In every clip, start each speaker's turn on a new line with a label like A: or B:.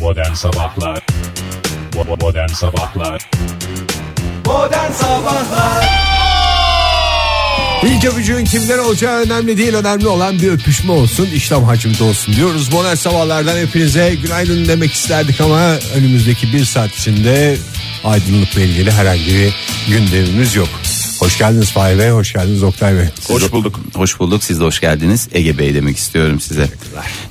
A: Modern Sabahlar Bo- Modern Sabahlar
B: Modern Sabahlar
C: İlk öpücüğün kimden olacağı önemli değil önemli olan bir öpüşme olsun işlem hacimde olsun diyoruz. Modern sabahlardan hepinize günaydın demek isterdik ama önümüzdeki bir saat içinde aydınlıkla ilgili herhangi bir gündemimiz yok. Hoş geldiniz Fahir Bey, hoş geldiniz Oktay Bey.
D: Hoş bulduk. Hoş bulduk. Siz de hoş geldiniz. Ege Bey demek istiyorum size.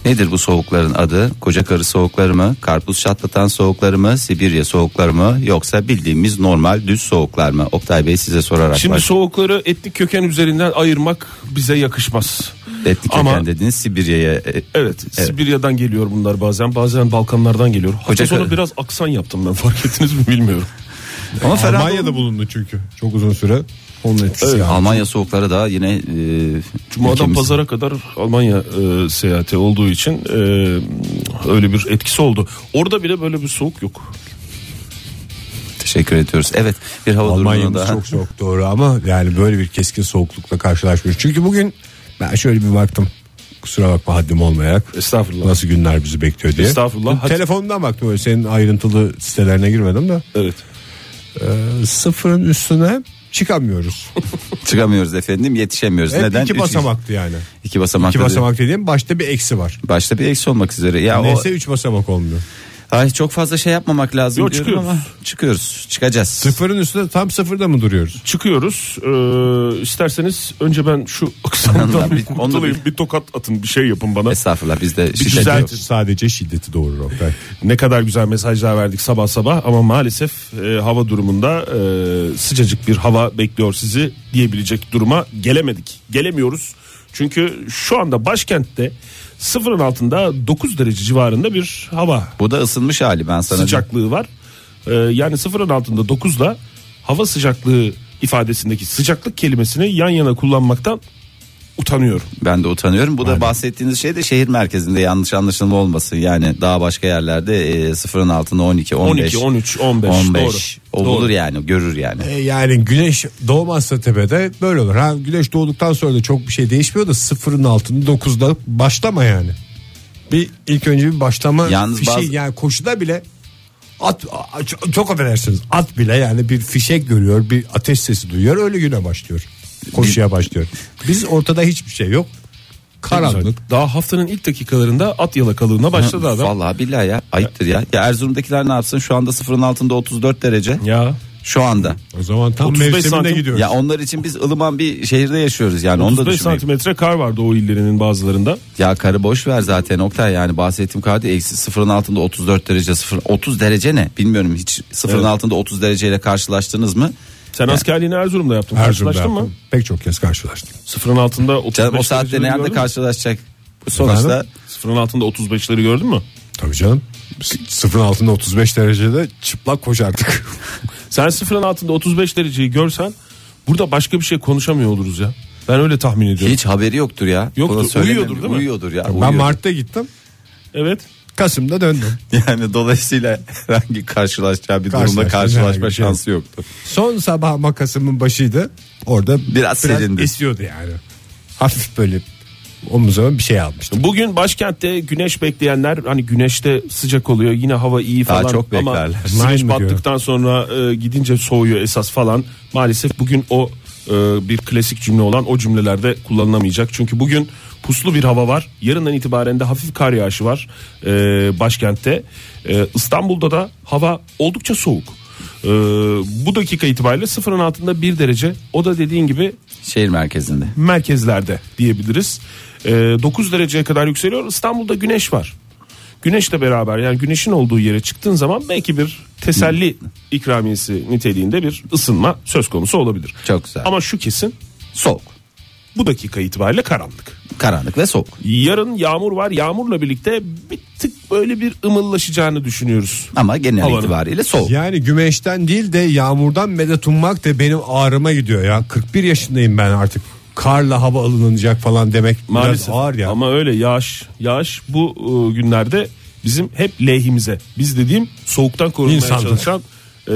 D: Nedir bu soğukların adı? Koca karı soğukları mı? Karpuz çatlatan soğukları mı? Sibirya soğukları mı? Yoksa bildiğimiz normal düz soğuklar mı? Oktay Bey size sorarak
E: Şimdi
D: baş-
E: soğukları etnik köken üzerinden ayırmak bize yakışmaz.
D: etnik köken
E: ama-
D: dediniz Sibirya'ya. e,
E: Evet, Sibirya'dan geliyor bunlar bazen. Bazen Balkanlardan geliyor. Hafta
D: Koca
E: sonu
D: kar-
E: biraz aksan yaptım ben fark ettiniz mi bilmiyorum.
D: Ama Ferhat
C: Almanya'da bulundu çünkü çok uzun süre. Onun etkisi yani.
D: Almanya soğukları da yine e,
E: Cuma'dan
D: ülkemiz-
E: pazara kadar Almanya e, seyahati olduğu için e, öyle bir etkisi oldu. Orada bile böyle bir soğuk yok.
D: Teşekkür ediyoruz. Evet bir hava durumu
C: Almanya'mız
D: daha.
C: çok soğuk doğru ama yani böyle bir keskin soğuklukla karşılaşmıyoruz. Çünkü bugün ben şöyle bir baktım kusura bakma haddim olmayarak.
E: Estağfurullah.
C: Nasıl günler bizi bekliyor diye.
E: Estağfurullah. Hadi.
C: Telefondan baktım öyle senin ayrıntılı sitelerine girmedim de.
E: Evet.
C: Sıfırın üstüne çıkamıyoruz.
D: Çıkamıyoruz efendim yetişemiyoruz.
C: Hep
D: Neden?
C: iki
D: Üç-
C: basamaklı yani.
D: İki basamak.
C: İki basamak dediğim başta bir eksi var.
D: Başta bir eksi olmak üzere. Ya o,
C: Neyse üç basamak olmuyor.
D: ay çok fazla şey yapmamak lazım
E: Yok,
D: diyorum
E: çıkıyoruz.
D: ama çıkıyoruz. Çıkacağız.
C: Sıfırın üstüne tam sıfırda mı duruyoruz?
E: Çıkıyoruz. E, isterseniz önce ben şu
D: Ondan
E: aksandan
D: bir- E,
E: bir kurtulayım.
D: ondan
E: Bir tokat atın bir şey yapın bana.
D: Estağfurullah bizde şiddet
E: güzel-
D: yok.
C: Şiddet sadece şiddeti doğurur Oktay.
E: Ne kadar güzel mesajlar verdik sabah sabah ama maalesef e, hava durumunda e, sıcacık bir hava bekliyor sizi diyebilecek duruma gelemedik. Gelemiyoruz. Çünkü şu anda başkentte sıfırın altında 9 derece civarında bir hava
D: Bu da ısınmış hali ben sana.
E: sıcaklığı var. E, yani sıfırın altında 9'la hava sıcaklığı ifadesindeki sıcaklık kelimesini yan yana kullanmaktan utanıyorum.
D: Ben de utanıyorum. Bu da bahsettiğiniz şey de şehir merkezinde yanlış anlaşılma olmasın. Yani daha başka yerlerde e, sıfırın altında 12, 15,
E: 12, 13, 15,
D: 15.
E: doğru.
D: O
E: Doğru.
D: bulur yani görür yani.
C: E, Yani güneş doğmazsa tepede böyle olur. Ha, güneş doğduktan sonra da çok bir şey değişmiyor da sıfırın altında dokuzda başlama yani. Bir ilk önce bir başlama
D: Yalnız
C: fişek
D: bazı-
C: yani koşuda bile at a- ç- çok affedersiniz at bile yani bir fişek görüyor bir ateş sesi duyuyor öyle güne başlıyor. Koşuya başlıyor. Biz ortada hiçbir şey yok. Karanlık.
E: Daha haftanın ilk dakikalarında at yalakalığına başladı adam.
D: Vallahi billahi ya ayıptır ya. ya. Erzurum'dakiler ne yapsın? Şu anda sıfırın altında 34 derece.
E: Ya
D: Şu anda.
C: O zaman tam
E: 35
C: mevsimine
E: santim-
C: gidiyoruz.
D: Ya onlar için biz ılıman bir şehirde yaşıyoruz yani onu da
E: 35
D: düşünmeyin.
E: santimetre kar vardı o illerinin bazılarında.
D: Ya karı boş ver zaten Oktay yani bahsettiğim kardı eksi sıfırın altında 34 derece sıfır 30 derece ne bilmiyorum hiç sıfırın
E: Evet.
D: altında 30 dereceyle karşılaştınız mı?
E: Sen askerliğini Erzurum'da yaptın.
C: Erzurum'da
E: Karşılaştın mı?
C: yaptım. Pek çok kez karşılaştım.
E: Sıfırın altında 35
D: Canım o saatte
E: dereceleri
D: ne yerde
E: gördün mü?
D: karşılaşacak? Bu sonuçta
C: Efendim?
E: Sıfırın altında 35'leri gördün mü?
C: Tabii canım. S- Sıfırın altında 35 derecede çıplak koşardık.
E: Sen sıfırın altında 35 dereceyi görsen burada başka bir şey konuşamıyor oluruz ya. Ben öyle tahmin ediyorum.
D: hiç haberi yoktur ya.
E: Yoktur,
D: Bunu söylemem-
E: uyuyordur değil mi?
D: Uyuyordur ya.
C: ben
D: uyuyordur.
C: Mart'ta gittim.
E: Evet.
C: Kasım'da döndüm.
D: Yani dolayısıyla herhangi karşılaşacağı bir durumda
C: Karşılaştığın herhangi
D: karşılaşma
C: bir şey
D: şansı yoktu.
C: Son sabah makasımın başıydı. Orada
D: Biraz serindi.
C: esiyordu yani. Hafif böyle omuzuma bir şey almıştım.
E: Bugün başkentte güneş bekleyenler hani güneşte sıcak oluyor yine hava iyi
D: Daha
E: falan
D: çok
E: ama
D: beklerler.
C: Nine
E: güneş
C: mi
E: battıktan sonra e, gidince soğuyor esas falan. Maalesef bugün o e, bir klasik cümle olan o cümlelerde kullanılamayacak. Çünkü bugün puslu bir hava var. Yarından itibaren de hafif kar yağışı var e, başkentte. E, İstanbul'da da hava oldukça soğuk. E, bu dakika itibariyle sıfırın altında bir derece. O da dediğin gibi
D: Şehir merkezinde.
E: merkezlerde diyebiliriz. Ee, 9 dereceye kadar yükseliyor. İstanbul'da güneş var. Güneşle beraber yani güneşin olduğu yere çıktığın zaman belki bir teselli ikramiyesi niteliğinde bir ısınma söz konusu olabilir.
D: Çok güzel.
E: Ama şu kesin
D: Soğuk.
E: bu dakika itibariyle karanlık.
D: Karanlık ve soğuk.
E: Yarın yağmur var. Yağmurla birlikte bir tık böyle bir ımıllaşacağını düşünüyoruz.
D: Ama genel
E: Havanın.
D: itibariyle soğuk.
C: Yani güneşten değil de yağmurdan medet ummak da benim ağrıma gidiyor ya. 41 yaşındayım ben artık. Karla hava alınacak falan demek
E: Maalesef.
C: biraz ağır ya.
E: Ama öyle yağış yağış bu e, günlerde bizim hep lehimize. Biz dediğim soğuktan korunmaya
C: İnsanlar.
E: çalışan e,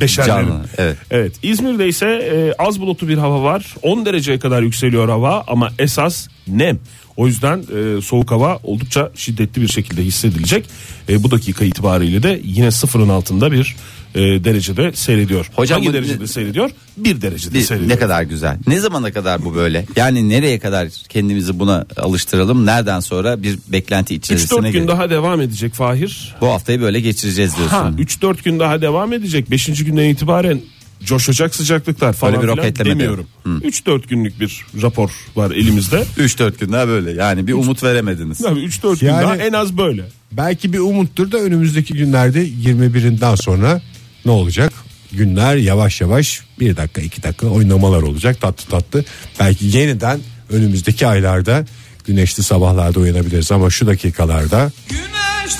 E: beşerlerin.
D: Canlı, evet.
E: Evet. İzmir'de ise e, az bulutlu bir hava var. 10 dereceye kadar yükseliyor hava ama esas nem. O yüzden e, soğuk hava oldukça şiddetli bir şekilde hissedilecek. E, bu dakika itibariyle de yine sıfırın altında bir e, derecede seyrediyor.
D: Hocam
E: Hangi
D: bu-
E: derecede seyrediyor? Bir derecede
D: Bir-
E: seyrediyor.
D: ne kadar güzel. Ne zamana kadar bu böyle? Yani nereye kadar kendimizi buna alıştıralım? Nereden sonra bir beklenti
E: 3-4
D: içerisine
E: gün
D: girelim?
E: daha devam edecek Fahir.
D: Bu haftayı böyle geçireceğiz diyorsun.
E: Ha 3-4 gün daha devam edecek. 5. günden itibaren coşacak sıcaklıklar falan
D: Öyle bir
E: filan
D: roketleme de.
E: demiyorum. 3-4 günlük bir rapor var elimizde.
D: 3-4 gün daha böyle. Yani bir umut veremediniz.
E: Abi 3-4
C: Yani-
E: gün daha en az böyle.
C: Belki bir umuttur da önümüzdeki günlerde 21'inden sonra ne olacak? Günler yavaş yavaş bir dakika iki dakika oynamalar olacak tatlı tatlı. Belki yeniden önümüzdeki aylarda güneşli sabahlarda uyanabiliriz ama şu dakikalarda
B: Güneş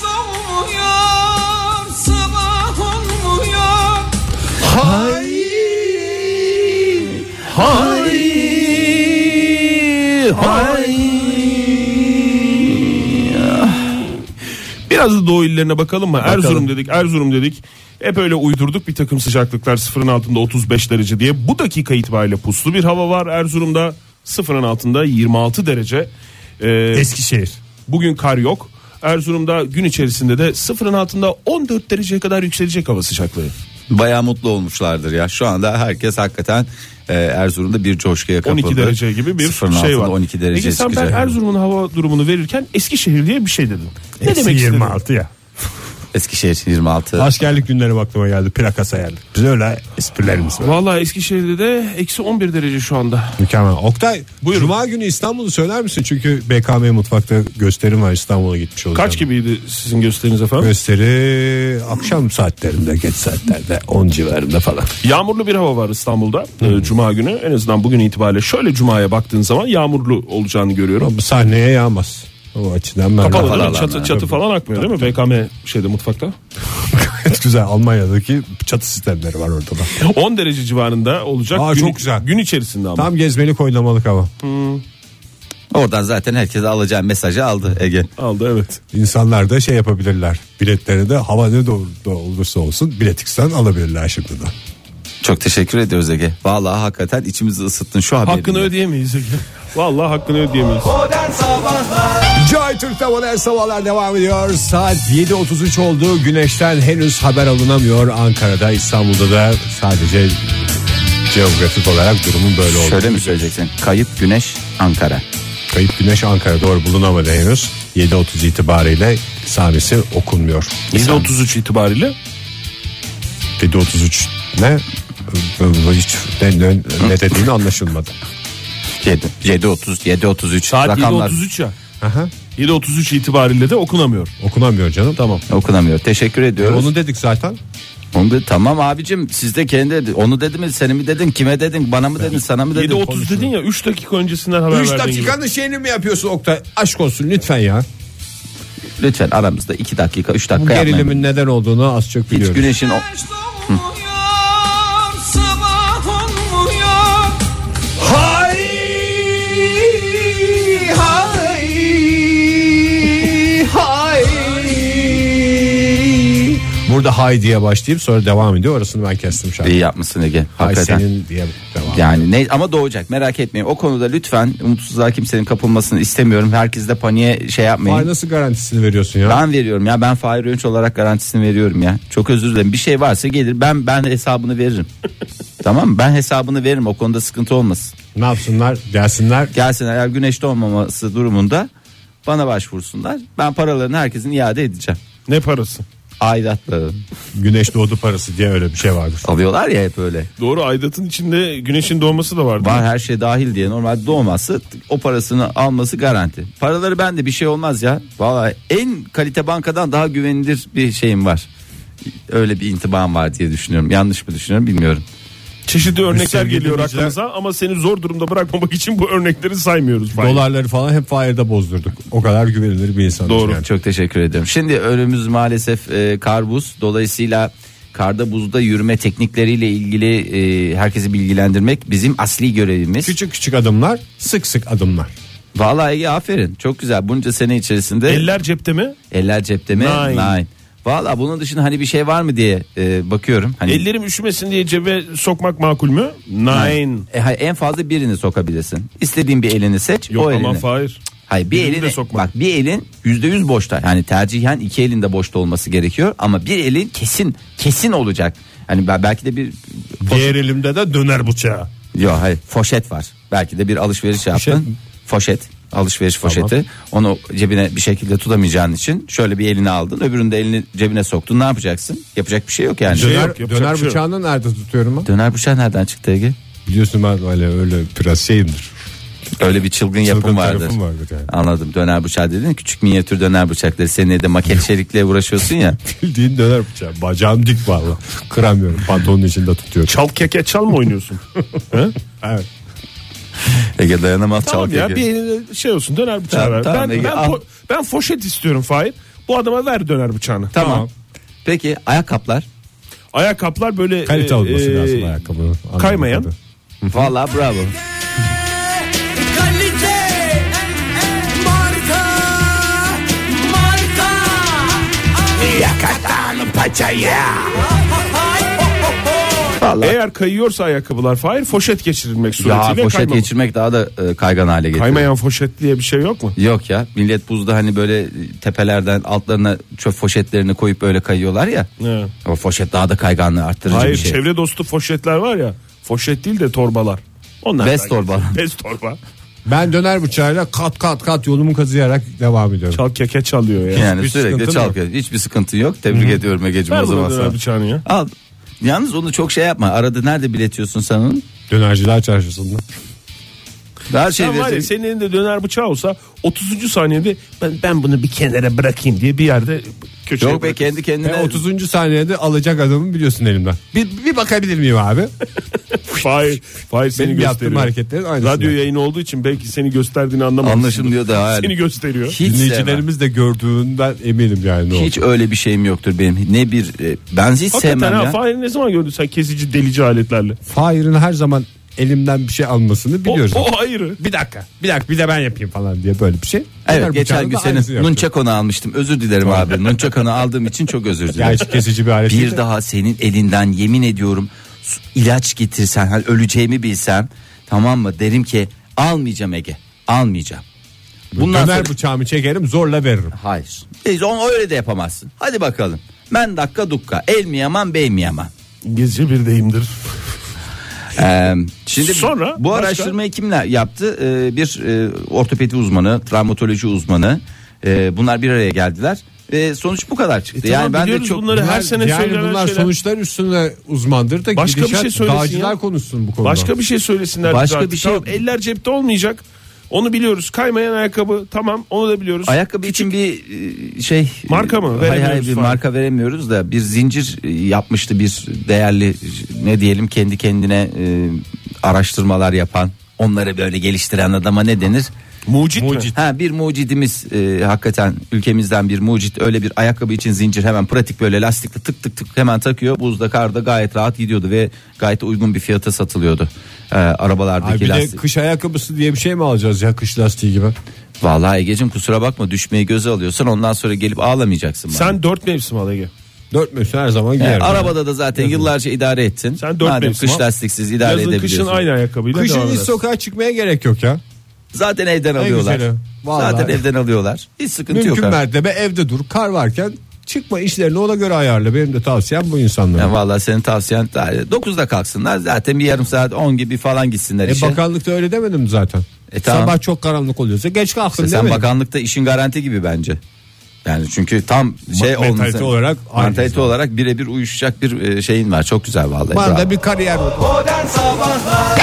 B: doğmuyor, sabah olmuyor.
E: Biraz da doğu illerine bakalım mı? Erzurum dedik, Erzurum dedik. Hep öyle uydurduk bir takım sıcaklıklar sıfırın altında 35 derece diye. Bu dakika itibariyle puslu bir hava var Erzurum'da. Sıfırın altında 26 derece. Ee,
C: Eskişehir.
E: Bugün kar yok. Erzurum'da gün içerisinde de sıfırın altında 14 dereceye kadar yükselecek hava sıcaklığı.
D: Bayağı mutlu olmuşlardır ya. Şu anda herkes hakikaten e, Erzurum'da bir coşkuya kapıldı.
E: 12 derece gibi bir
D: Sıfırın
E: şey
D: altında
E: var.
D: 12 derece
E: Peki sen ben
D: çıkacak.
E: Erzurum'un hava durumunu verirken Eskişehir diye bir şey dedin. Ne
C: Eksi
E: demek istedin?
C: 26 ya.
D: Eskişehir 26.
C: Askerlik günleri aklıma geldi plaka sayardık. Biz öyle esprilerimiz var.
E: Vallahi Eskişehir'de de eksi 11 derece şu anda.
C: Mükemmel. Oktay Cuma günü İstanbul'u söyler misin? Çünkü BKM mutfakta gösterim var İstanbul'a gitmiş olacağım.
E: Kaç gibiydi sizin gösteriniz efendim?
C: Gösteri akşam saatlerinde geç saatlerde 10 civarında falan.
E: Yağmurlu bir hava var İstanbul'da e, Cuma günü. En azından bugün itibariyle şöyle Cuma'ya baktığın zaman yağmurlu olacağını görüyorum.
C: Bu sahneye yağmaz. O açıdan ben
E: Kapalı değil mi?
D: alanlar.
E: Çatı, çatı falan akmıyor değil mi? BKM şeyde mutfakta.
C: Gayet güzel Almanya'daki çatı sistemleri var orada da.
E: 10 derece civarında olacak.
C: Aa,
E: gün,
C: çok güzel.
E: Gün içerisinde ama.
C: Tam gezmelik oynamalık hava.
D: Oradan zaten herkese alacağı mesajı aldı Ege.
E: Aldı evet.
C: İnsanlar da şey yapabilirler. Biletleri de hava ne doğru da olursa olsun biletiksten alabilirler şimdi de.
D: Çok teşekkür ediyoruz Ege. Vallahi hakikaten içimizi ısıttın şu haberini.
E: Hakkını ödeyemeyiz. Vallahi hakkını ödeyemeyiz.
B: Modern Sabahlar
C: Joy Türk'te modern sabahlar devam ediyor. Saat 7.33 oldu. Güneşten henüz haber alınamıyor. Ankara'da İstanbul'da da sadece geografik olarak durumun böyle oldu.
D: Şöyle mi söyleyeceksin? Kayıp güneş Ankara.
C: Kayıp Güneş Ankara doğru bulunamadı henüz. 7.30 itibariyle sahnesi okunmuyor.
E: 7.33 itibariyle
C: 7.33 ne? ıı, Hiç ne, ne, ne dediğini anlaşılmadı.
D: 7 7.30 7.33
E: saat
D: rakamlar
E: 7.33 ya.
C: Aha,
E: 7.33 itibariyle de okunamıyor.
C: okunamıyor canım. Tamam.
D: okunamıyor. Teşekkür ediyoruz.
C: Onu dedik zaten.
D: Onu da- tamam abicim siz de kendi onu dedi mi seni mi dedin kime dedin bana mı dedin sana mı dedin?
E: 7.30 dedin ya 3 dakika öncesinden haber
C: 3
E: verdiğin gibi.
C: dakikanın şeyini şey mi yapıyorsun Oktay? Aşk olsun lütfen ya.
D: Lütfen aramızda 2 dakika 3
C: Bu
D: dakika yapmayın.
C: gerilimin neden olduğunu az çok
D: Hiç
C: biliyorum.
D: güneşin o-
B: Güneş doğmuyor, sabah olmuyor. Hay hay hay.
C: Burada hay diye başlayıp sonra devam ediyor. Orasını ben kestim şu an.
D: iyi yapmışsın Ege.
C: Hay
D: Hakikaten.
C: senin diye devam.
D: Yani ne ama doğacak merak etmeyin. O konuda lütfen umutsuzluğa kimsenin kapılmasını istemiyorum. Herkes de paniğe şey yapmayın.
C: Var nasıl garantisini veriyorsun ya?
D: Ben veriyorum ya ben Fahir Önç olarak garantisini veriyorum ya. Çok özür dilerim bir şey varsa gelir ben ben hesabını veririm. tamam mı? Ben hesabını veririm o konuda sıkıntı olmasın.
C: Ne yapsınlar? Gelsinler.
D: Gelsinler eğer güneşte olmaması durumunda bana başvursunlar. Ben paralarını herkesin iade edeceğim.
E: Ne parası?
D: Aidatları
C: Güneş doğdu parası diye öyle bir şey vardır.
D: alıyorlar ya hep öyle.
E: Doğru aidatın içinde güneşin doğması da vardı.
D: Var her şey dahil diye normal doğması o parasını alması garanti. Paraları bende bir şey olmaz ya. Vallahi en kalite bankadan daha güvenilir bir şeyim var. Öyle bir intibam var diye düşünüyorum. Yanlış mı düşünüyorum bilmiyorum.
E: Çeşitli örnekler
C: sevgili
E: geliyor
C: dinleyiciler-
E: aklımıza ama seni zor durumda bırakmamak için bu örnekleri saymıyoruz. Fahir.
C: Dolarları falan hep Fahir'de bozdurduk. O kadar güvenilir bir insan.
E: Doğru.
C: Yani.
D: Çok teşekkür ediyorum. Şimdi önümüz maalesef e, kar buz. Dolayısıyla karda buzda yürüme teknikleriyle ilgili e, herkesi bilgilendirmek bizim asli görevimiz.
C: Küçük küçük adımlar, sık sık adımlar.
D: Vallahi Ege aferin. Çok güzel. Bunca sene içerisinde
E: Eller cepte mi?
D: eller cepte mi?
E: Nine.
D: Nine. Vallahi bunun dışında hani bir şey var mı diye e, bakıyorum. Hani
E: Ellerim üşümesin diye cebe sokmak makul mü? Nine.
D: E, ha- en fazla birini sokabilirsin. İstediğin bir elini seç.
E: Yok
D: o
E: aman
D: elini.
E: Fahir.
D: Hayır bir
E: Birini de
D: elin
E: sokmak.
D: bak bir elin yüzde yüz boşta. Yani tercihen iki elin de boşta olması gerekiyor ama bir elin kesin kesin olacak. Hani be- belki de bir
F: Diğer elimde de döner bıçağı. şey-
D: Yok hayır foşet var. Belki de bir alışveriş yaptın. Foşet alışveriş foşeti onu cebine bir şekilde tutamayacağın için şöyle bir elini aldın öbürünü de elini cebine soktun ne yapacaksın yapacak bir şey yok yani
E: Şey
C: Döner,
E: yok, yapacak
C: döner
E: bir şey yok.
C: bıçağını nerede tutuyorum ben?
D: döner bıçağı nereden çıktı Ege
C: Biliyorsun ben öyle öyle biraz şeyimdir.
D: öyle bir çılgın,
C: Çılgın
D: yapım vardır
C: tarafım vardır yani.
D: anladım döner bıçağı dedin küçük minyatür döner bıçakları senin evde maket çelikle uğraşıyorsun ya
C: Bildiğin döner bıçağı. Bacağım dik valla. Kıramıyorum. Pantolonun içinde tutuyorum.
E: Çal keke çal mı oynuyorsun? He?
C: Evet.
D: Ege dayanamaz
E: tamam
D: çal
E: ya
D: keke.
E: bir eline şey olsun döner bıçağı
D: Tamam,
E: ver.
D: tamam,
E: ben,
D: Ege,
E: ben,
D: al.
E: fo- ben foşet istiyorum Fahir. Bu adama ver döner bıçağını.
D: tamam. peki ayakkabılar
E: Ayakkabılar böyle
C: Kalite
E: e,
C: olması
E: e,
C: lazım ayakkabının.
E: kaymayan.
C: Anladın mı?
D: Vallahi bravo
B: Kalite marka marka
D: Vallahi
E: Eğer kayıyorsa ayakkabılar Fahir foşet geçirilmek
D: ya
E: suretiyle
D: foşet
E: kayma-
D: geçirmek daha da e, kaygan hale getiriyor
E: Kaymayan foşet diye bir şey yok mu?
D: Yok ya millet buzda hani böyle tepelerden altlarına çöp foşetlerini koyup böyle kayıyorlar ya.
E: Evet.
D: O foşet daha da kayganlığı arttırıcı
E: Hayır
D: bir şey.
E: çevre dostu foşetler var ya. Foşet değil de torbalar. Onlar
D: Bez torba.
E: Bez torba.
C: Ben döner bıçağıyla kat kat kat yolumu kazıyarak devam ediyorum.
E: Çal keke çalıyor ya.
D: yani
C: hiçbir
D: sürekli
C: sıkıntın
D: çalkıyor. Hiçbir sıkıntı yok. Tebrik ediyorum Ege'cim
E: Ver
D: o zaman
E: buna
D: sana.
E: döner bıçağını ya.
D: Al. Yalnız onu çok şey yapma. Arada nerede biletiyorsun sen onu?
C: Dönerciler çarşısında.
D: Her şey
E: Sen var ya
D: verecek.
E: senin elinde döner bıçağı olsa 30. saniyede ben ben bunu bir kenara bırakayım diye bir yerde köşeye
D: Yok be
E: bırakırsın.
D: kendi kendine.
C: Ve 30. E, saniyede alacak adamı biliyorsun elimden. Bir, bir bakabilir miyim abi?
E: Fahir, Fahir seni
C: Benim yaptığım
E: gösteriyor.
C: hareketlerin aynısını.
E: Radyo yayını olduğu için belki seni gösterdiğini anlamadım.
D: Anlaşılmıyor da hayır.
E: Seni gösteriyor.
D: Hiç sevmem.
C: Dinleyicilerimiz de gördüğünden eminim yani. ne
D: Hiç öyle bir şeyim yoktur benim. Ne bir e, ben hiç
E: Hakikaten
D: sevmem
E: ha,
D: ya.
E: Fahir'i ne zaman gördün sen kesici delici aletlerle?
C: Fahir'in her zaman elimden bir şey almasını
E: O,
C: biliyorum.
E: o ayrı.
C: Bir dakika, bir dakika bir de ben yapayım falan diye böyle bir şey. Döner
D: Evet geçen
C: bıçağını
D: gün
C: da aynısını
D: senin
C: yapıyorum.
D: nunçakonu almıştım. Özür dilerim abi. Nunçakonu aldığım için çok özür dilerim.
C: Gerçi kesici bir alet. değil
D: bir
C: de.
D: daha senin elinden yemin ediyorum su- ilaç getirsen hani öleceğimi bilsem tamam mı derim ki almayacağım Ege almayacağım. Bundan
C: Döner
D: sonra-
C: bıçağımı çekerim zorla veririm.
D: Hayır. Biz onu öyle de yapamazsın. Hadi bakalım. Ben dakika dukka. El mi yaman bey mi yaman.
E: Gece bir deyimdir.
D: Ee, şimdi
E: Sonra
D: bu
E: başka?
D: araştırmayı kimler yaptı? Ee, bir e, ortopedi uzmanı, travmatoloji uzmanı. Ee, bunlar bir araya geldiler. Ve sonuç bu kadar çıktı.
E: E tamam,
D: yani ben de
E: biliyoruz
D: çok
E: bunları. Her
C: Bunlar-
E: sene
C: yani
E: söylenen
C: bunlar
E: şeyler-
C: sonuçlar üstünde uzmandır da
E: Başka bir
C: gidişat
E: şey söylesin
C: dağcılar
E: ya.
C: konuşsun bu konuda.
E: Başka bir şey söylesinler.
D: Başka
E: bize artık.
D: bir şey-
E: Tamam, eller cepte olmayacak. Onu biliyoruz. Kaymayan ayakkabı tamam onu da biliyoruz.
D: Ayakkabı için bir e, şey
E: Marka mı?
D: e, Hayır hayır
E: Veremiyoruz
D: bir
E: falan.
D: marka veremiyoruz da bir zincir e, yapmıştı bir değerli e, ne diyelim kendi kendine e, araştırmalar yapan onları böyle geliştiren adama ne denir?
E: Mucit, mi?
D: Ha bir mucidimiz e, hakikaten ülkemizden bir mucit öyle bir ayakkabı için zincir hemen pratik böyle lastikli tık tık tık hemen takıyor. Buzda karda gayet rahat gidiyordu ve gayet uygun bir fiyata satılıyordu. E, arabalardaki
C: Ay bir de
D: lastik.
C: kış ayakkabısı diye bir şey mi alacağız ya kış lastiği gibi?
D: Vallahi Ege'cim kusura bakma düşmeyi göze alıyorsan ondan sonra gelip ağlamayacaksın. bana.
E: Sen dört mevsim al Ege.
C: Dört mevsim her zaman
D: Yani
C: giyerim.
D: arabada da zaten yıllarca idare ettin.
E: Sen dört
D: Madem
E: mevsim
D: kış
E: al.
D: lastiksiz idare
E: Yazın
D: edebiliyorsun.
E: kışın aynı ayakkabıyla
C: Kışın
E: devam
C: hiç
E: edersin.
C: sokağa çıkmaya gerek yok ya.
D: Zaten evden alıyorlar.
C: güzeli. Vallahi.
D: Zaten evden alıyorlar. Hiç sıkıntı yok.
C: Mümkün
D: abi.
C: mertebe evde dur. Kar varken çıkma işlerini ona göre ayarla. Benim de tavsiyem bu insanlara.
D: Ya E, vallahi senin tavsiyen 9'da kalksınlar. Zaten bir yarım saat 10 gibi falan gitsinler
C: E
D: işe.
C: bakanlıkta öyle demedim zaten.
D: şey- E tamam.
C: Sabah çok karanlık oluyorsa geç kalkın
D: İşte sen
C: demedim.
D: bakanlıkta işin garanti gibi bence. Yani çünkü tam şey
C: mentalite
D: olması.
C: olarak aynı
D: mentalite
C: zaten.
D: olarak birebir uyuşacak bir e, şeyin var. Çok güzel vallahi.
C: Bana
D: bravo.
C: da bir kariyer var.
B: modern sabahlar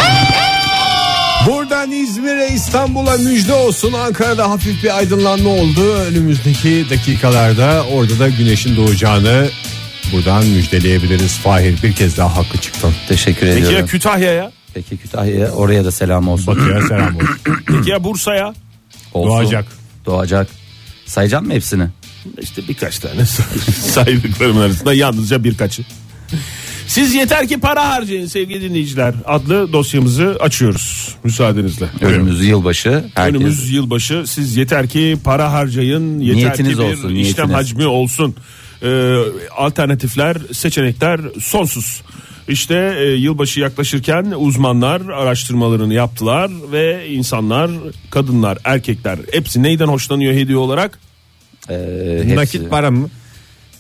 C: Buradan İzmir'e İstanbul'a müjde olsun. Ankara'da hafif bir aydınlanma oldu. Önümüzdeki dakikalarda orada da güneşin doğacağını buradan müjdeleyebiliriz. Fahir bir kez daha hakkı çıktın.
D: Teşekkür
E: Peki ya
D: ediyorum.
E: Kütahya'ya?
D: Peki Kütahya'ya oraya da selam olsun.
C: Batıya selam olsun.
E: Peki ya Bursa'ya?
D: Olsun.
C: Doğacak.
D: Doğacak. Sayacağım mı hepsini?
E: İşte birkaç tane saydıklarımın arasında yalnızca birkaçı. Siz yeter ki para harcayın sevgili dinleyiciler. Adlı dosyamızı açıyoruz müsaadenizle.
D: Önümüz yılbaşı. Herkes...
E: Önümüz yılbaşı siz yeter ki para harcayın yeter
D: Niyetiniz
E: ki bir
D: olsun,
E: işlem
D: niyetiniz.
E: hacmi olsun. Ee, alternatifler seçenekler sonsuz. İşte e, yılbaşı yaklaşırken uzmanlar araştırmalarını yaptılar ve insanlar, kadınlar, erkekler hepsi neyden hoşlanıyor hediye olarak?
D: Ee, hepsi-
F: Nakit para mı?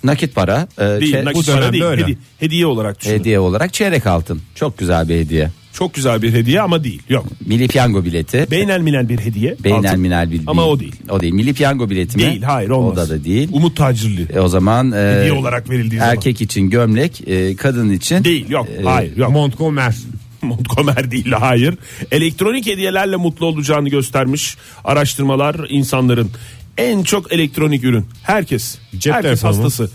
D: Nakit para. e,
E: Değil,
D: çe-
E: nakit
D: bu
E: para
F: dönemde
E: değil,
F: öyle.
E: hediye, hediye olarak düşünün.
D: hediye olarak çeyrek altın. Çok güzel bir hediye.
E: Çok güzel bir hediye ama değil. Yok.
D: Milli piyango bileti.
E: Beynel minel bir hediye.
D: Beynel
E: Altın.
D: minel bil-
E: Ama o değil.
D: O değil. Milli piyango bileti mi?
E: Değil, hayır olmaz.
D: O da, da değil.
E: Umut tacirli.
D: E, o zaman e,
E: Hediye olarak verildiği zaman.
D: erkek için gömlek, e, kadın için
E: Değil, yok.
D: e,
E: hayır, yok.
F: Montgomery.
E: Montgomery değil hayır. Elektronik hediyelerle mutlu olacağını göstermiş araştırmalar insanların en çok elektronik ürün. Herkes.
F: Cep
E: herkes
F: telefonu mu?
E: hastası.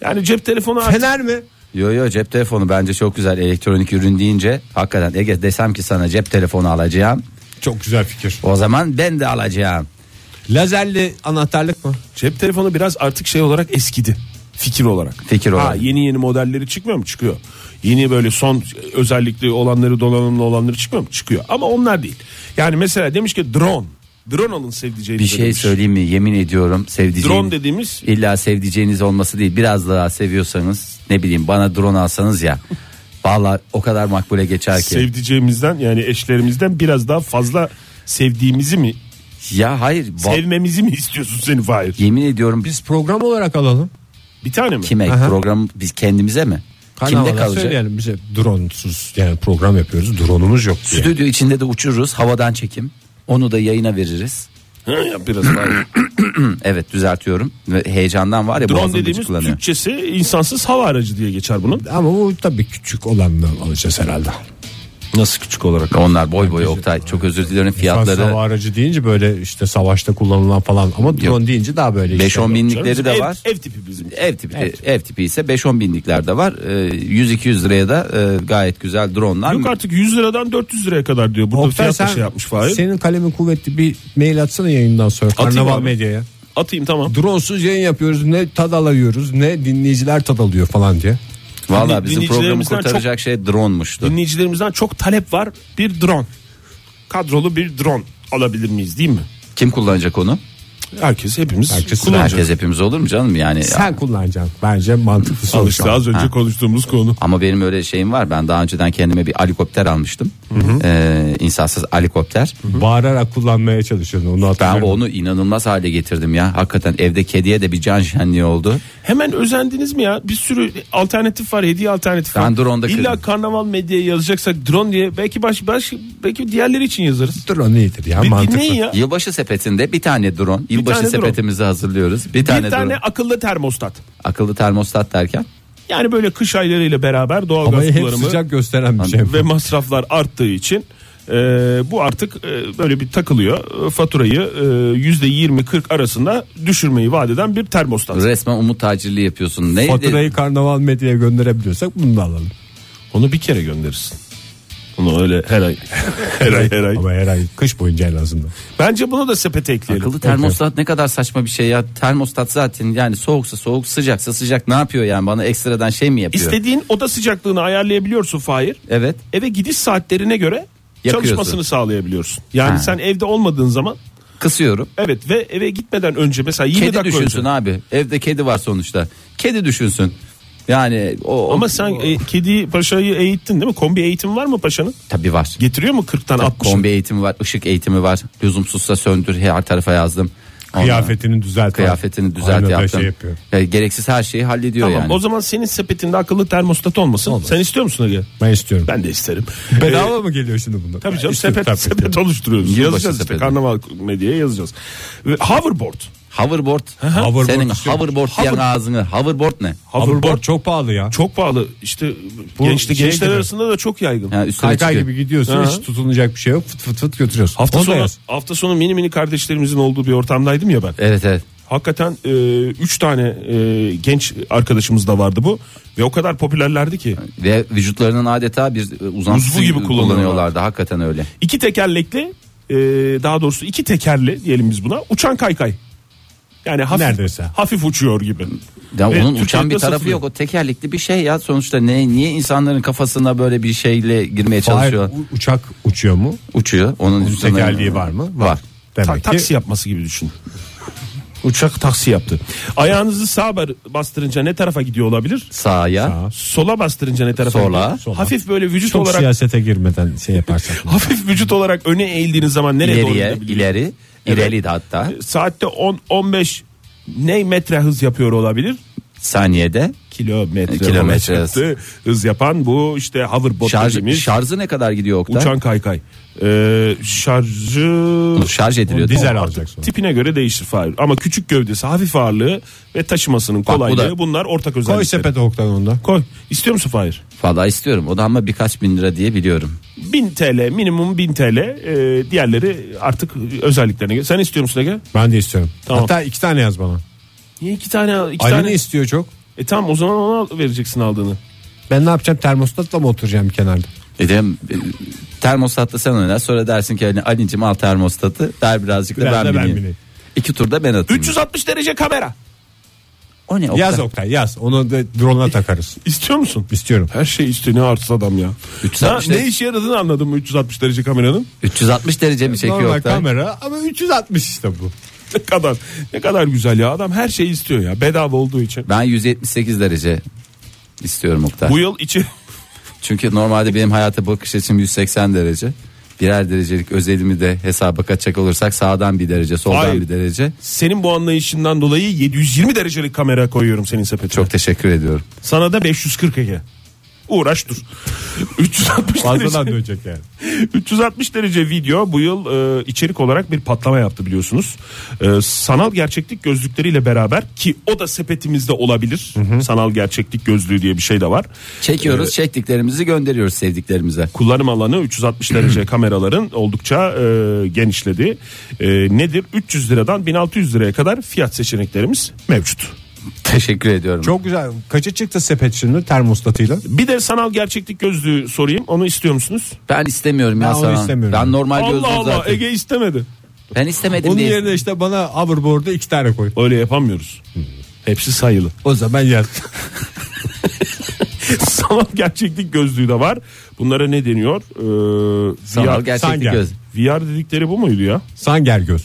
E: Yani cep telefonu artık
F: Fener mi?
D: Yo yo cep telefonu bence çok güzel elektronik ürün deyince hakikaten Ege desem ki sana cep telefonu alacağım
F: Çok güzel fikir.
D: o zaman ben de alacağım.
C: Lazerli anahtarlık mı?
E: cep telefonu biraz artık şey olarak eskidi. Fikir olarak.
D: Fikir
E: Ha,
D: olarak.
E: yeni yeni modelleri çıkmıyor mu? Çıkıyor. Yeni böyle son özellikli olanları donanımlı olanları çıkmıyor mu? Çıkıyor. Ama onlar değil. Yani mesela demiş ki drone. Drone alın sevdiceğinize.
D: Bir şey
E: demiş.
D: söyleyeyim mi yemin ediyorum sevdiceğiniz
E: Drone dediğimiz
D: illa sevdiceğiniz olması değil biraz daha seviyorsanız ne bileyim bana drone alsanız ya valla o kadar makbule geçer ki.
E: sevdiceğimizden yani eşlerimizden biraz daha fazla sevdiğimizi mi
D: ya hayır va-
E: sevmemizi mi istiyorsun seni Fahir?
D: yemin ediyorum biz
F: Biz program olarak alalım.
E: Bir tane mi?
D: kime program biz kendimize mi?
F: Kanallara
D: Kimde kalacak?
F: Söyleyelim bize dronesuz yani program yapıyoruz. Drone'umuz yok diye.
D: Stüdyo içinde de uçururuz havadan çekim onu da yayına veririz.
E: Ha, ya biraz Fahir.
D: Evet düzeltiyorum Ve heyecandan var ya
E: Drone
D: boğazım
E: dediğimiz
D: gıcıklanıyor.
E: Türkçesi insansız hava aracı diye geçer bunun.
F: Ama bu tabii küçük olanla alacağız herhalde.
E: Nasıl küçük olarak? şey
D: Onlar boy boy Oktay çok özür dilerim
F: Fiyatları... Savaş
D: fiyatları
F: aracı deyince böyle işte savaşta kullanılan falan ama drone deyince daha böyle. işte-
D: 5-10 binlikleri de var.
E: Ev, ev tipi bizim.
D: Ev tipi, ev tipi ise 5-10 binlikler de var. Ee, 100-200 liraya da e, gayet güzel dronlar.
E: Yok artık 100 liradan 400 liraya kadar diyor. Burada
F: Oktay
E: fiyat da
F: sen,
E: şey yapmış Fahir.
F: senin kalemin kuvvetli bir mail atsana yayından sonra.
E: Atayım
F: Karnaval
E: abi.
F: Medya'ya.
E: Atayım tamam.
F: Dronesuz yayın yapıyoruz ne tad alıyoruz ne dinleyiciler tad alıyor falan diye.
D: Valla bizim
E: Din-
D: programı
E: dinleyicilerimizden
D: kurtaracak şey dronmuştu.
E: Dinleyicilerimizden çok talep var. Bir drone. Kadrolu bir drone alabilir miyiz değil mi?
D: Kim kullanacak onu?
E: Herkes hepimiz
F: Herkes-
E: kullanacağız.
D: Herkes hepimiz olur mu canım yani?
F: Sen kullanacaksın. Bence mantıklı
E: Al
F: sonuç.
E: işte az önce konuştuğumuz konu.
D: Ama benim öyle şeyim var. Ben daha önceden kendime bir helikopter almıştım. Ee, insansız helikopter.
F: Bağırarak kullanmaya çalışıyorsun onu
D: Ben
F: hatırlıyorum.
D: onu inanılmaz hale getirdim ya. Hakikaten evde kediye de bir can şenliği oldu.
E: Hemen özendiniz mi ya? Bir sürü alternatif var, hediye alternatifi
D: Ben
E: var.
D: drone'da
E: İlla
D: kırdım.
E: karnaval medyaya yazacaksak drone diye belki baş, baş belki diğerleri için yazarız.
F: Drone iyidir ya
E: Bir
F: mantıklı.
E: dinleyin ya.
D: Yılbaşı sepetinde bir tane drone. Yılbaşı
E: tane drone.
D: sepetimizi hazırlıyoruz. Bir,
E: Bir
D: tane,
E: tane,
D: drone.
E: akıllı termostat.
D: Akıllı termostat derken.
E: Yani böyle kış aylarıyla beraber
F: Ama
E: doğalgaz
F: hep
E: kullanımı
F: sıcak gösteren bir şey.
E: ve masraflar arttığı için e, bu artık e, böyle bir takılıyor. E, Faturayı yüzde %20-40 arasında düşürmeyi vaat eden bir termostat.
D: Resmen umut tacirliği yapıyorsun. Ne?
F: Faturayı karnaval medyaya gönderebiliyorsak bunu da alalım.
E: Onu bir kere gönderirsin. Onu öyle her ay her ay her ay.
F: Ama her ay kış boyunca en azından.
E: Bence bunu da sepete ekleyelim.
D: Akıllı termostat ne kadar saçma bir şey ya. Termostat zaten yani soğuksa soğuk sıcaksa sıcak ne yapıyor yani bana ekstradan şey mi yapıyor?
E: İstediğin oda sıcaklığını ayarlayabiliyorsun Fahir.
D: Evet.
E: Eve gidiş saatlerine göre
D: Yakıyorsun.
E: çalışmasını sağlayabiliyorsun. Yani
D: Ha.
E: sen evde olmadığın zaman
D: Kısıyorum.
E: evet ve eve gitmeden önce mesela 20
D: Kedi
E: dakika
D: düşünsün
E: önce.
D: abi. Evde kedi var sonuçta. Kedi düşünsün. Yani o, o-
E: Ama sen e, kedi paşayı eğittin değil mi? Kombi eğitim var mı paşanın?
D: tabii var.
E: Getiriyor mu 40'tan 60?
D: Kombi eğitimi var, ışık eğitimi var. Lüzumsuzsa söndür her tarafa yazdım. Ondan-
F: Kıyafetini düzelt.
D: kıyafetini düzelt
F: Aynada
D: yaptım.
F: şey yapıyor.
D: Ya, gereksiz her şeyi hallediyor
E: Tamam
D: yani.
E: o zaman senin sepetinde akıllı termostat olmasın. Sen istiyor musun Ege?
F: Ben istiyorum.
E: Ben de isterim. Ee,
F: Bedava mı geliyor şimdi bunlar?
E: Tabii canım
F: İstiyorum,
E: sepet,
F: tabii.
E: sepet oluşturuyoruz.
D: Yılbaşı
E: yazacağız işte
D: sepeti.
E: karnaval medyaya yazacağız. Ve hoverboard.
D: Hoverboard.
F: Hoverboard
D: Senin
F: istiyorum.
D: hoverboard diyen ağzını. Hoverboard ne?
F: Hoverboard çok pahalı ya.
E: Çok pahalı. İşte gençte
F: şey
E: gençler
F: gibi.
E: arasında da çok yaygın.
D: Yani üstüne
F: Kaykay
D: çıkıyor.
F: gibi gidiyorsun
E: Hı hı.
F: hiç tutunacak bir şey yok fıt fıt fıt götürüyorsun.
E: Hafta
F: Onu da
E: sonu
F: yaz.
E: hafta sonu mini mini kardeşlerimizin olduğu bir ortamdaydım ya ben.
D: Evet evet.
E: Hakikaten 3 tane e, genç arkadaşımız da vardı bu ve o kadar popülerlerdi ki.
D: Ve vücutlarının adeta bir e, uzantısı
E: Uzvu gibi
D: gibi kullanıyorlardı.
E: kullanıyorlardı.
D: Hakikaten öyle.
E: İki tekerlekli e, daha doğrusu iki tekerli diyelim biz buna uçan kaykay. Yani hafif,
F: Neredeyse.
E: hafif uçuyor gibi.
D: Ya
E: Ve
D: onun
E: Türkiye'de
D: uçan bir tarafı
E: satılıyor.
D: yok. O tekerlekli bir şey ya. Sonuçta ne niye insanların kafasına böyle bir şeyle girmeye
F: Hayır,
D: çalışıyor?
F: u- uçak uçuyor mu?
D: Uçuyor. Onun,
F: Tekerleği var mı?
D: Var.
F: Demek
E: Ta-
F: ki
E: taksi yapması gibi düşün. Uçak taksi yaptı. Ayağınızı sağa bar- bastırınca ne tarafa gidiyor olabilir?
D: Sağa.
E: Sola bastırınca ne tarafa
D: Sola.
E: gidiyor? Hafif böyle vücut
F: Çok
E: olarak
F: siyasete girmeden şey yaparsak.
E: hafif vücut olarak öne eğildiğiniz zaman nereye doğru
D: ileriye,
E: gidebiliyor?
D: ileri,
E: Evet.
D: ileri de hatta
E: Saatte 10 15 ne metre hız yapıyor olabilir?
D: saniyede.
E: Kilometre,
D: Kilometre
E: hız. hız yapan bu işte hoverboard
D: Şarj,
E: dediğimiz
D: şarjı ne kadar gidiyor Oktay?
E: uçan kaykay. Ee, şarjı
D: Şarj ediliyor. değil mi?
F: Dizel alacak sonra.
E: tipine göre değişir Fahir. Ama küçük gövdesi, hafif ağırlığı ve taşımasının
D: Bak bu
E: kolaylığı
D: da-
E: bunlar ortak özellikler.
F: Koy sepete Oktay onda.
E: Koy. İstiyor musun Fahir?
D: Valla istiyorum. O da ama birkaç bin lira diye biliyorum.
E: 1000 TL minimum 1000 TL e, diğerleri artık özelliklerine göre. Sen istiyor musun Ege?
F: Ben de istiyorum.
E: Tamam.
F: Hatta iki tane yaz bana.
E: Niye iki tane? Iki
F: Ali
E: tane...
F: ne istiyor çok?
E: E tamam o zaman ona vereceksin aldığını.
F: Ben ne yapacağım termostatla mı oturacağım bir kenarda?
D: Dedim e, termostatla sen oynar sonra dersin ki hani Ali'cim al termostatı ver birazcık da
F: Biraz
D: ben,
F: da ben
D: bineyim.
F: bineyim.
D: İki turda ben
E: Hmm.
D: atayım.
E: 360 derece kamera.
D: O ne Oktay?
F: Yaz Oktay yaz. Onu da drone'a takarız.
E: İstiyor musun?
F: İstiyorum.
E: Her şey istiyor ne artsız adam ya.
D: 360
E: Ha, ne
D: derece-
E: işe yaradığını anladın mı 360 derece kameranın?
D: 360 derece mi çekiyor
F: Normal
D: Oktay?
F: kamera ama 360 işte bu.
E: Ne kadar ne kadar güzel ya adam her şeyi istiyor ya bedava olduğu için.
D: Ben 178 derece istiyorum Oktay.
E: Bu yıl içi
D: Çünkü normalde benim hayata bakış açım 180 derece. Birer derecelik özelimi de hesaba katacak olursak sağdan bir derece, soldan
E: Hayır.
D: bir derece.
E: senin bu anlayışından dolayı 720 derecelik kamera koyuyorum senin sepetine.
D: Çok teşekkür ediyorum.
E: Sana da 540 Ege. Uğraş dur. 360
F: Fazladan
E: derece,
F: dönecek yani.
E: 360 derece video bu yıl e, içerik olarak bir patlama yaptı biliyorsunuz. E, sanal gerçeklik gözlükleriyle beraber ki o da sepetimizde olabilir. Sanal gerçeklik gözlüğü diye bir şey de var. Ee,
D: Çekiyoruz, çektiklerimizi gönderiyoruz sevdiklerimize.
E: kullanım alanı 360 derece kameraların oldukça e, genişledi. E, nedir? 300 liradan 1600 liraya kadar fiyat seçeneklerimiz mevcut.
D: Teşekkür ediyorum.
F: Çok güzel. Kaça çıktı sepet şimdi termostatıyla?
E: Bir de sanal gerçeklik gözlüğü sorayım. Onu istiyor musunuz?
D: Ben istemiyorum ya
F: Ben onu
D: sana.
F: istemiyorum.
D: Ben normal gözlüm
E: Allah Allah E-
D: zaten.
E: Ege istemedi.
D: Ben istemedim
F: Onun
D: diye.
F: yerine işte bana hoverboard'a iki tane koy.
E: Öyle yapamıyoruz. Hepsi sayılı.
F: O zaman yaz.
E: sanal gerçeklik gözlüğü de var. Bunlara ne deniyor? Ee,
D: Sanal
E: VR,
D: gerçeklik
F: sanki.
D: göz.
E: VR dedikleri bu muydu ya?
F: Sanger göz.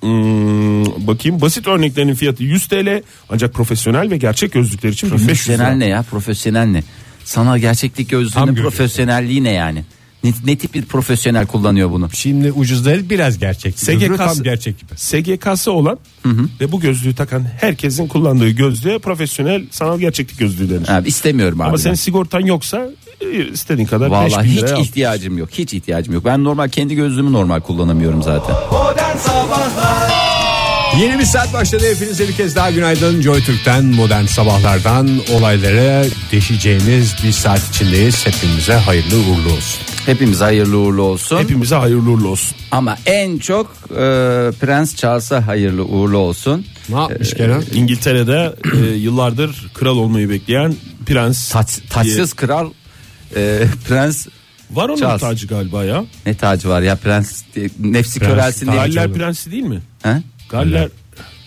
E: Hmm, bakayım basit örneklerinin fiyatı 100 TL ancak profesyonel ve gerçek gözlükler için 1500 lira.
D: Profesyonel ne ya? Profesyonel ne? Sanal gerçeklik gözlüğünün
F: görüyorsun.
D: profesyonelliği ne yani? Ne, ne tip bir profesyonel kullanıyor bunu?
F: Şimdi ucuz değil biraz gerçek. gibi.
E: SGK 'sı-
F: Öbürü tam gerçek gibi.
E: SGK'sı olan ve bu gözlüğü takan herkesin kullandığı gözlüğe profesyonel sanal gerçeklik gözlüğü denir.
D: Abi istemiyorum abi.
E: Ama
D: ben.
E: senin sigortan yoksa e, istediğin kadar
D: Vallahi
E: 5000
D: hiç
E: liraya al.
D: ihtiyacım yok. Hiç ihtiyacım yok. Ben normal kendi gözlüğümü normal kullanamıyorum zaten.
B: Modern Sabahlar
F: Yeni bir saat başladı. Hepinize bir kez daha günaydın. Joy Türk'ten modern sabahlardan olaylara deşeceğimiz bir saat içindeyiz. Hepimize hayırlı uğurlu olsun.
D: Hepimiz hayırlı uğurlu olsun.
E: Hepimize hayırlı uğurlu olsun.
D: Ama en çok e, Prens Charles'a hayırlı uğurlu olsun.
F: Ne
C: Ee,
F: yapmış Kenan?
E: İngiltere'de e, yıllardır kral olmayı bekleyen prens
D: Taç, taçsız kral e, Prens
E: var onun
D: Charles.
E: tacı galiba ya.
D: ne tacı var ya Prens diye- nefsi körelsin diye.
E: Galler prensi değil mi?
D: Ha?
E: Galler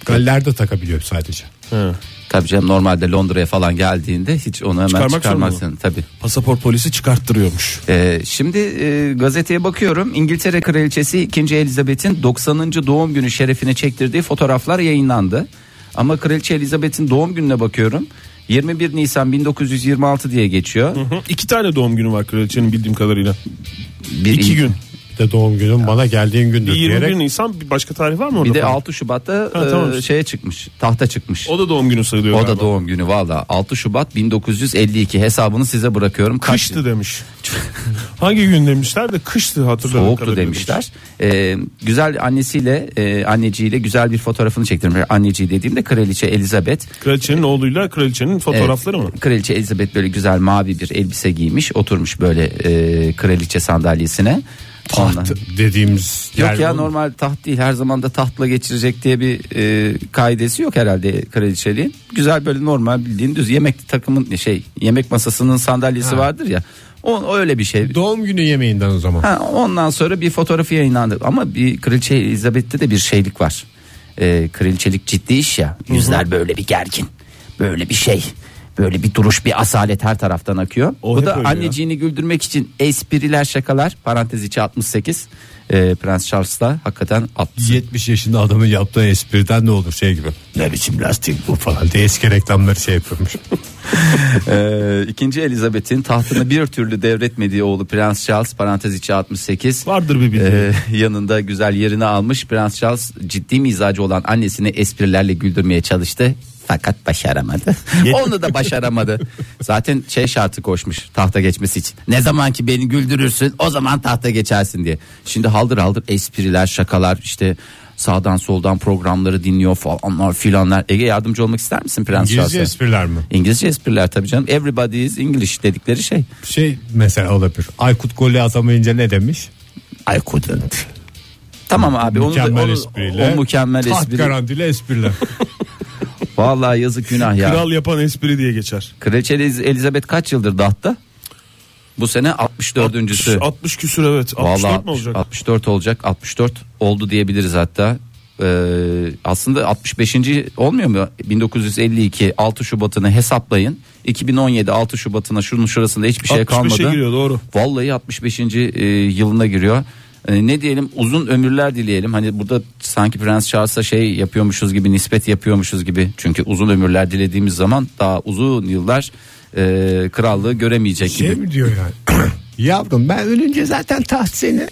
F: Galler de takabiliyor sadece.
E: He.
D: Tabii canım normalde Londra'ya falan geldiğinde hiç onu hemen
E: Çıkarmak
D: çıkarmak
E: zorunda
D: çıkarmazsın tabii.
E: pasaport polisi çıkarttırıyormuş.
D: Ee, şimdi e, gazeteye bakıyorum. İngiltere Kraliçesi 2. Elizabeth'in 90. doğum günü şerefine çektirdiği fotoğraflar yayınlandı. Ama Kraliçe Elizabeth'in doğum gününe bakıyorum. 21 Nisan 1926 diye geçiyor.
E: Hı. İki tane doğum günü var kraliçenin bildiğim kadarıyla.
D: Bir,
E: İki gün.
F: Bir de doğum günün bana geldiğin gündür
E: Bir 21
F: diyerek.
E: Nisan bir başka tarih var mı orada?
D: Bir de
E: falan?
D: 6 Şubat'ta
E: Ha,
D: e,
E: tamam.
D: şeye çıkmış. Tahta çıkmış. O,
E: O da doğum günü sayılıyor
D: da
E: galiba.
D: doğum günü valla. 6 Şubat 1952 hesabını size bırakıyorum. Kaç-
E: Kıştı demiş. Hangi gün demişler de kıştı hatırladım.
D: Soğuktu demişler. Ee, güzel annesiyle e, anneciyle güzel bir fotoğrafını çektirmişler. Anneciği dediğimde kraliçe Elizabeth.
E: Kraliçenin oğluyla kraliçenin fotoğrafları
D: Evet,
E: mı?
D: Kraliçe Elizabeth böyle güzel mavi bir elbise giymiş. Oturmuş böyle e, kraliçe sandalyesine. Ondan-
F: Taht dediğimiz yer
D: Yok ya
F: bu.
D: normal taht değil her zaman da tahtla geçirecek diye bir e, kaidesi yok herhalde kraliçeliğin. Güzel böyle normal bildiğin düz yemek takımın şey yemek masasının sandalyesi vardır ya. O öyle bir şey.
F: Doğum günü yemeğinden o zaman.
D: Ha, ondan sonra bir fotoğrafı yayınlandı. Ama bir kraliçe Elizabeth'te de bir şeylik var. Ee, kraliçelik ciddi iş ya. Yüzler böyle bir gergin. Böyle bir şey. Böyle bir duruş bir asalet her taraftan akıyor.
E: O
D: Bu
E: hep
D: da
E: öyle ya.
D: anneciğini güldürmek için espriler şakalar parantez içi 68 Ee, Prens Charles'la hakikaten 60.
F: 70 yaşında adamın yaptığı espriden ne olur şey gibi. Ne biçim lastik bu falan diye eski reklamları şey yapıyormuş.
D: Ee, ikinci Elizabeth'in tahtını bir türlü devretmediği oğlu Prens Charles parantez içi 68
E: Vardır bir bildiği.
D: Ee, yanında güzel yerini almış Prens Charles ciddi mizacı olan annesini esprilerle güldürmeye çalıştı fakat başaramadı. Onu da başaramadı. Zaten şey şartı koşmuş tahta geçmesi için. Ne zaman ki beni güldürürsün o zaman tahta geçersin diye. Şimdi haldır haldır espriler, şakalar işte sağdan soldan programları dinliyor falanlar filanlar. Ege yardımcı olmak ister misin Prens
F: İngilizce
D: Charles'a?
F: espriler mi?
D: İngilizce espriler tabii canım. Everybody is English dedikleri şey.
F: Şey mesela olabilir. Aykut golü atamayınca ne demiş?
D: I couldn't. Tamam abi onu da,
F: mükemmel
D: onu-
F: espriyle.
D: o mükemmel
F: Taht
D: espri.
F: garantili espriler.
D: Vallahi yazık günah ya.
E: Kral yapan espri diye geçer.
D: Kraliçe Eliz- Elizabeth kaç yıldır tahtta? Bu sene 64.sü.
E: 60 küsür evet. 64
D: Vallahi
E: mu olacak?
D: 64 olacak. 64 oldu diyebiliriz hatta. Ee, aslında 65. olmuyor mu? 1952 6 Şubat'ını hesaplayın. 2017 6 Şubat'ına şunun şurasında hiçbir şey
E: 65'e
D: kalmadı.
E: giriyor, doğru.
D: Vallahi 65. e, yılına giriyor. E, Ne diyelim uzun ömürler dileyelim. Hani burada sanki Prens Charles'a şey yapıyormuşuz gibi nispet yapıyormuşuz gibi. Çünkü uzun ömürler dilediğimiz zaman daha uzun yıllar e, krallığı göremeyecek
F: şey
D: gibi.
F: mi diyor yani? Yavrum ben ölünce zaten taht seni.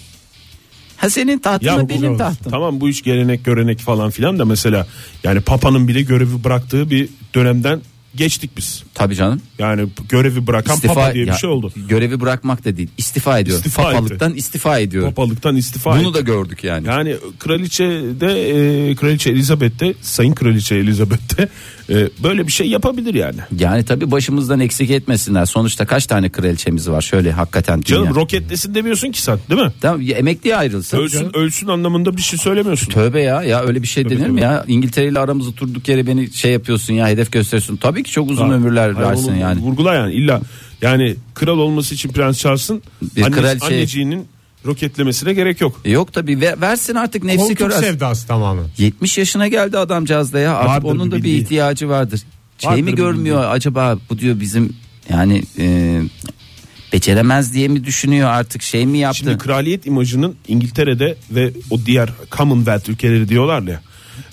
D: Ha senin tahtın
E: Ya
D: da
E: bu-
D: benim tahtım.
E: Tamam bu iş gelenek görenek falan filan da mesela yani Papa'nın bile görevi bıraktığı bir dönemden geçtik biz.
D: Tabii canım.
E: Yani görevi bırakan Papa diye
D: ya,
E: bir şey oldu.
D: Görevi bırakmak da değil. İstifa ediyor.
E: İstifa
D: Papalıktan istifa ediyor.
E: Papalıktan istifa
D: Bunu
E: etti.
D: da gördük yani.
E: Yani kraliçe de e, kraliçe Elizabeth de sayın kraliçe Elizabeth de e, böyle bir şey yapabilir yani.
D: Yani tabii başımızdan eksik etmesinler. Sonuçta kaç tane kraliçemiz var şöyle hakikaten dünya.
E: Canım roketlesin demiyorsun ki sen değil mi?
D: Tamam ya emekliye ayrılsın.
E: Ölsün ölsün anlamında bir şey söylemiyorsun.
D: Tövbe ya ya öyle bir şey denir mi ya? İngiltere ile aramızı durduk yere beni şey yapıyorsun ya hedef gösteriyorsun. Tabii ki çok uzun
E: Ha,
D: ömürler
E: hayır,
D: versin
E: onu
D: yani.
E: Vurgula yani illa yani kral olması için Prens Charles'ın
D: Bir
E: anne-
D: kraliçe-
E: anneciğinin roketlemesine gerek yok.
D: E Yok tabii ve- versin artık nefsi
F: Koltuk
D: kör.
F: sevdası tamamen.
D: 70 yaşına geldi adamcağız da ya. Artık
E: Vardır
D: onun
E: bir
D: da bir
E: bildiği.
D: ihtiyacı vardır. Şey
E: Vardır
D: mi
E: bir
D: görmüyor acaba bu diyor bizim yani e, beceremez diye mi düşünüyor artık şey mi yaptı?
E: Şimdi kraliyet imajının İngiltere'de ve o diğer Commonwealth ülkeleri diyorlar ya.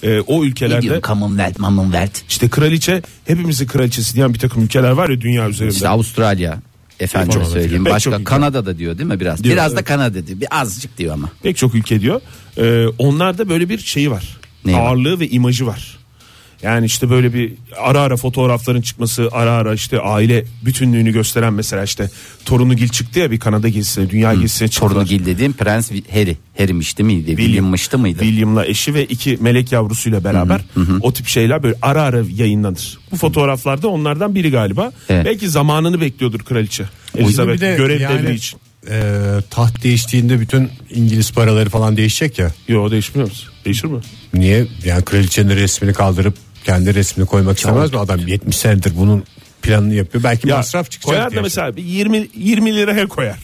E: e, o
D: ne
E: ülkelerde
D: diyor Commonwealth, Commonwealth.
E: işte kraliçe hepimizin kraliçesi diyen bir takım ülkeler var ya dünya üzerinde.
D: İşte Avustralya efendim
E: Çok
D: söyleyeyim.
E: ülke. Pek
D: Başka
E: çok ülke.
D: Kanada'da diyor değil mi biraz?
E: Diyor,
D: biraz da
E: evet.
D: Kanada diyor. Bir azıcık diyor ama.
E: pek çok ülke diyor. Ee, onlarda böyle bir şeyi var.
D: Neyi var?
E: Ağırlığı ve imajı var. Yani işte böyle bir ara ara fotoğrafların çıkması, ara ara işte aile bütünlüğünü gösteren mesela işte torunu gil çıktı ya bir Kanada gezisine, dünya gezisine çıktılar.
D: Torunu Gil dediğim Prens Harry. Harry'mişti miydi? William'mıştı mıydı?
E: William'la eşi ve iki melek yavrusuyla beraber o tip şeyler böyle ara ara yayınlanır. Bu fotoğraflarda onlardan biri galiba.
D: Evet.
E: Belki zamanını bekliyordur kraliçe.
F: Bir
E: Elizabeth
F: de
E: görev
F: yani,
E: devri için.
F: e, taht değiştiğinde bütün İngiliz paraları falan değişecek ya.
E: Yo değişmiyor musun? Değişir mi?
F: Niye? Yani kraliçenin resmini kaldırıp kendi resmini koymak istemez mi adam? 70 senedir bunun planını yapıyor. Belki masraf çıkacak.
E: Koyar da
F: diye.
E: mesela bir 20 20 liraya koyar.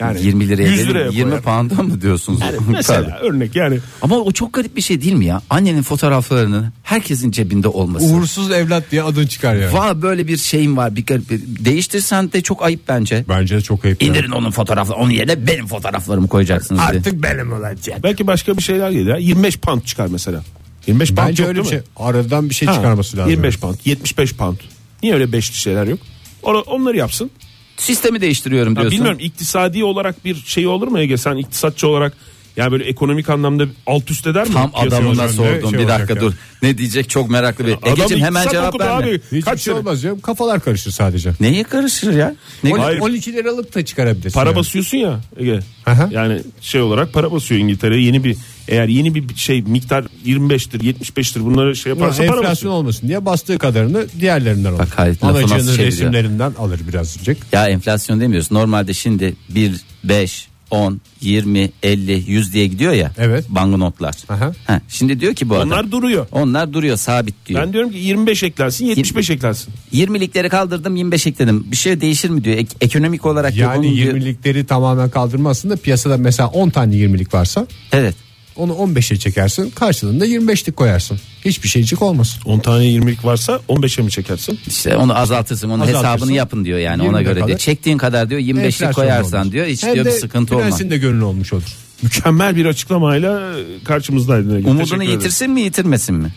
E: Yani
D: 20 liraya,
E: 100
D: verir,
E: liraya
D: 20
E: koyar.
D: pound'a mı diyorsunuz?
E: Mesela
D: Tabii.
E: örnek yani
D: Ama o çok garip bir şey değil mi ya? Annenin fotoğraflarının herkesin cebinde olması.
F: Uğursuz evlat diye adın çıkar yani.
D: Valla böyle bir şeyim var. Bir garip, bir- değiştirsen de çok ayıp bence.
F: Bence de çok ayıp. ya.
D: İndirin onun fotoğrafları. Onun yerine benim fotoğraflarımı koyacaksınız diye.
F: Artık benim olacak.
E: belki başka bir şeyler gelir. ya. 25 pound çıkar mesela. 25 pound
F: Bence
E: yok
F: öyle bir
E: değil
F: şey.
E: mi?
F: Aradan bir şey
E: Ha,
F: çıkarması lazım.
E: 25 pound, 75 pound. Niye öyle beşli şeyler yok? Or- Onları yapsın.
D: Sistemi değiştiriyorum
E: Ya
D: diyorsun.
E: bilmiyorum iktisadi olarak bir şey olur mu Ege? Sen iktisatçı olarak yani böyle ekonomik anlamda alt üst eder mi?
D: Tam
E: piyasayı
D: adamına
E: hocam?
D: sordum.
F: şey
D: bir
F: olacak
D: dakika
F: ya.
D: dur. Ne diyecek çok meraklı bir.
E: Adam
D: Egeciğim hemen
E: iktisat
D: cevap
E: okudu
D: verme.
E: abi.
F: Hiçbir
E: Kaç
F: şey
E: sene?
F: olmaz canım. Kafalar karışır sadece.
D: Neye karışır ya? Ne
E: Hayır.
F: 12 liralık da çıkarabilirsin.
E: Para
F: yani.
E: basıyorsun ya Ege.
F: Aha.
E: Yani şey olarak para basıyor İngiltere. Yeni bir eğer yeni bir şey miktar 25'tir 75'tir bunları şey
F: Ama
E: yaparsa para
F: enflasyon
E: basıyor.
F: olmasın diye bastığı kadarını diğerlerinden alır.
D: Bak hayret, lafı nasıl
F: Anacığının
D: çeviriyor?
F: resimlerinden alır birazcık.
D: Ya enflasyon demiyorsun. Normalde şimdi 1, 5, 10, 20, 50, 100 diye gidiyor ya.
F: Evet.
D: Banknotlar.
F: Aha.
D: Ha, şimdi diyor ki bu adam.
E: Onlar duruyor.
D: Onlar duruyor sabit diyor.
E: Ben diyorum ki 25 eklensin 75 eklensin.
D: 20'likleri kaldırdım 25 ekledim. Bir şey değişir mi diyor. Ek- ekonomik olarak yok.
F: Yani
D: Onun diyor-
F: 20'likleri tamamen kaldırmazsın da piyasada mesela 10 tane 20'lik varsa
D: Evet.
C: Onu 15'e çekersin karşılığında 25'lik koyarsın. Hiçbir şeycik olmasın.
E: 10 tane 20'lik varsa 15'e mi çekersin?
D: İşte onu azaltırsın onun
C: Azaltırsın.
D: hesabını yapın diyor yani ona
C: 20'ye
D: göre
C: kadar.
D: diyor. Çektiğin kadar diyor 25'lik
C: Enflasyon
D: koyarsan
C: olmuş.
D: diyor hiç
C: Hem
D: diyor
C: de
D: bir sıkıntı olmaz.
C: Prensin de gönlü olmuş olur.
E: Mükemmel bir açıklamayla e, karşımızdaydı. Nilgün.
D: Umudunu
E: Teşekkür ederim.
D: yitirsin mi yitirmesin mi?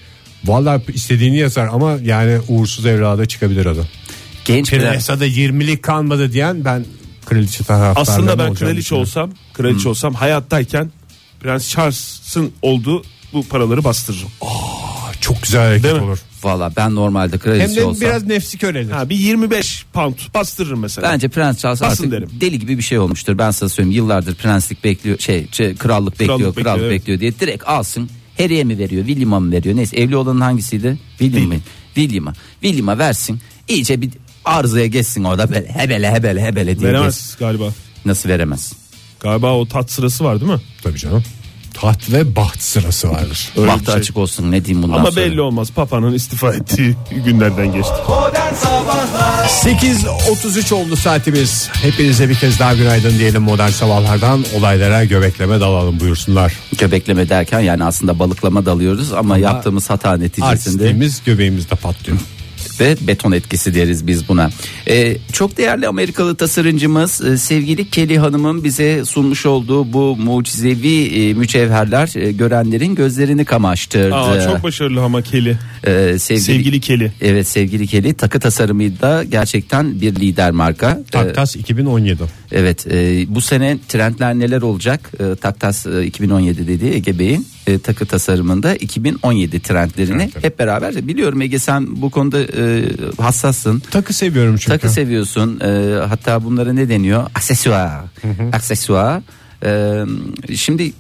C: Vallahi istediğini yazar ama yani uğursuz evrada çıkabilir adı.
D: Genç prens.
C: Piyasada 20'lik kalmadı diyen ben kraliçe taraftarlarım
E: Aslında ben kraliçe olsam, kraliçe olsam hayattayken Prens Charles'ın olduğu bu paraları bastırırım.
C: Çok güzel hareket
E: Değil mi?
C: olur.
D: Valla ben normalde
C: Hem
D: kraliçe
C: de
D: olsam.
C: biraz nefsi körelir.
E: Ha bir 25 pound bastırırım mesela.
D: Bence Prens Charles
E: Basın
D: artık
E: derim.
D: deli gibi bir şey olmuştur. Ben sana söyleyeyim yıllardır prenslik bekliyor şey, şey, krallık bekliyor krallık,
E: bekliyor, evet.
D: bekliyor diye direkt alsın. Harry'e mi veriyor William'a mı veriyor neyse evli olanın hangisiydi? William mı? William'a. William'a versin iyice bir arzaya geçsin orada böyle hebele hebele hebele diye geçsin.
E: Veremez galiba.
D: Nasıl veremez?
E: Galiba o tat sırası var değil mi?
C: Tabii canım. Taht ve baht sırası vardır.
E: Öyle bir
D: Bahtı
E: şey.
D: açık olsun ne diyeyim bundan
E: Ama
D: sonra.
E: belli olmaz. Papa'nın istifa ettiği günlerden geçti.
B: Modern Sabahlar
C: 8.33 oldu saatimiz. Hepinize bir kez daha günaydın diyelim modern sabahlardan. Olaylara göbekleme dalalım buyursunlar.
D: Göbekleme derken yani aslında balıklama dalıyoruz ama, yaptığımız hata neticesinde
C: Artistliğimiz göbeğimizde patlıyor.
D: ve beton etkisi deriz biz buna. Ee, çok değerli Amerikalı tasarımcımız e, sevgili Kelly Hanım'ın bize sunmuş olduğu bu mucizevi e, mücevherler e, görenlerin gözlerini kamaştırdı.
E: Aa, çok başarılı ama Kelly.
D: Ee, sevgili,
E: Sevgili Kelly.
D: Evet sevgili Kelly takı tasarımı da gerçekten bir lider marka. Ee,
C: Taktas 2017.
D: Evet e, bu sene trendler neler olacak? E, Taktas e, 2017 dediği Ege Bey'in e, takı tasarımında 2017 trendlerini hep beraber biliyorum Ege sen bu konuda e, hassassın.
C: Takı seviyorum çünkü.
D: Takı seviyorsun. E, hatta bunlara ne deniyor? Aksesuar. Aksesuar. E, şimdi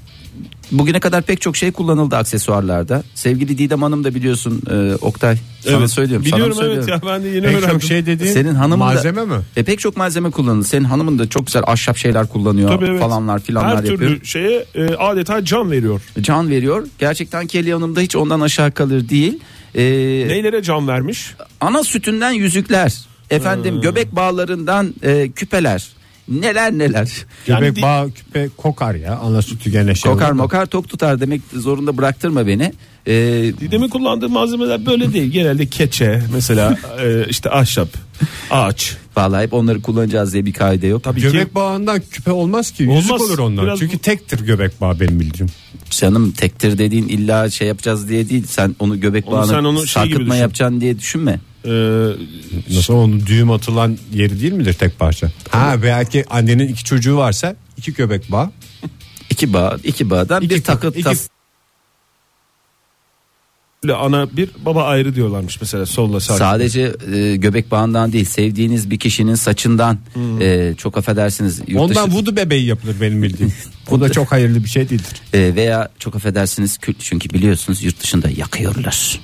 D: bugüne kadar pek çok şey kullanıldı aksesuarlarda. Sevgili Didem Hanım da biliyorsun e, Oktay sana
E: Evet.
D: söylüyorum. sana
E: Biliyorum
D: mı söylüyorum.
E: evet ya ben de yeni
C: Pek
E: öğrendim.
C: çok şey dediğin
D: Senin hanımın da-
C: malzeme mi?
D: E pek çok malzeme kullanıldı. Senin hanımın da çok güzel ahşap şeyler kullanıyor
E: Tabii evet.
D: falanlar filanlar
E: Her türlü
D: yapıyor.
E: şeye e, adeta can veriyor.
D: Can veriyor. Gerçekten Kelly Hanım da hiç ondan aşağı kalır değil. E,
E: Neylere can vermiş?
D: ana sütünden yüzükler. Efendim göbek bağlarından e, küpeler. Neler neler.
C: Göbek
E: Yani-
C: bağ küpe kokar ya. Ana sütü gene şey.
D: Kokar
C: olur da.
D: mokar tok tutar demek zorunda bıraktırma beni. E,
E: Didem'in kullandığı malzemeler böyle değil. Genelde keçe mesela e, işte ahşap, ağaç.
D: vallahi hep onları kullanacağız diye bir kaide yok. Tabii
C: Göbek bağından küpe olmaz ki. Yüzük
E: Olmaz.
C: olur ondan.
E: Biraz-
C: Çünkü tektir göbek bağı benim bildiğim.
D: Canım tektir dediğin illa şey yapacağız diye değil. Sen onu göbek
E: Onu
D: bağını
E: sen onu şey gibi
D: sarkıtma
E: düşün.
D: yapacaksın diye düşünme.
E: E,
C: Nasıl onun düğüm atılan yeri değil midir tek parça? Ha belki annenin iki çocuğu varsa iki göbek bağı.
D: İki bağ, iki bağdan bir takı
C: iki-
D: tas-
E: Böyle ana bir baba ayrı diyorlarmış mesela solla sağ.
D: Sadece e, göbek bağından değil sevdiğiniz bir kişinin saçından
E: Hmm.
D: e, çok affedersiniz yurt
C: Ondan
D: dışı-
C: vudu bebeği yapılır benim bildiğim. Bu da çok hayırlı bir şey değildir.
D: e, veya çok affedersiniz kült çünkü biliyorsunuz yurt dışında yakıyorlar.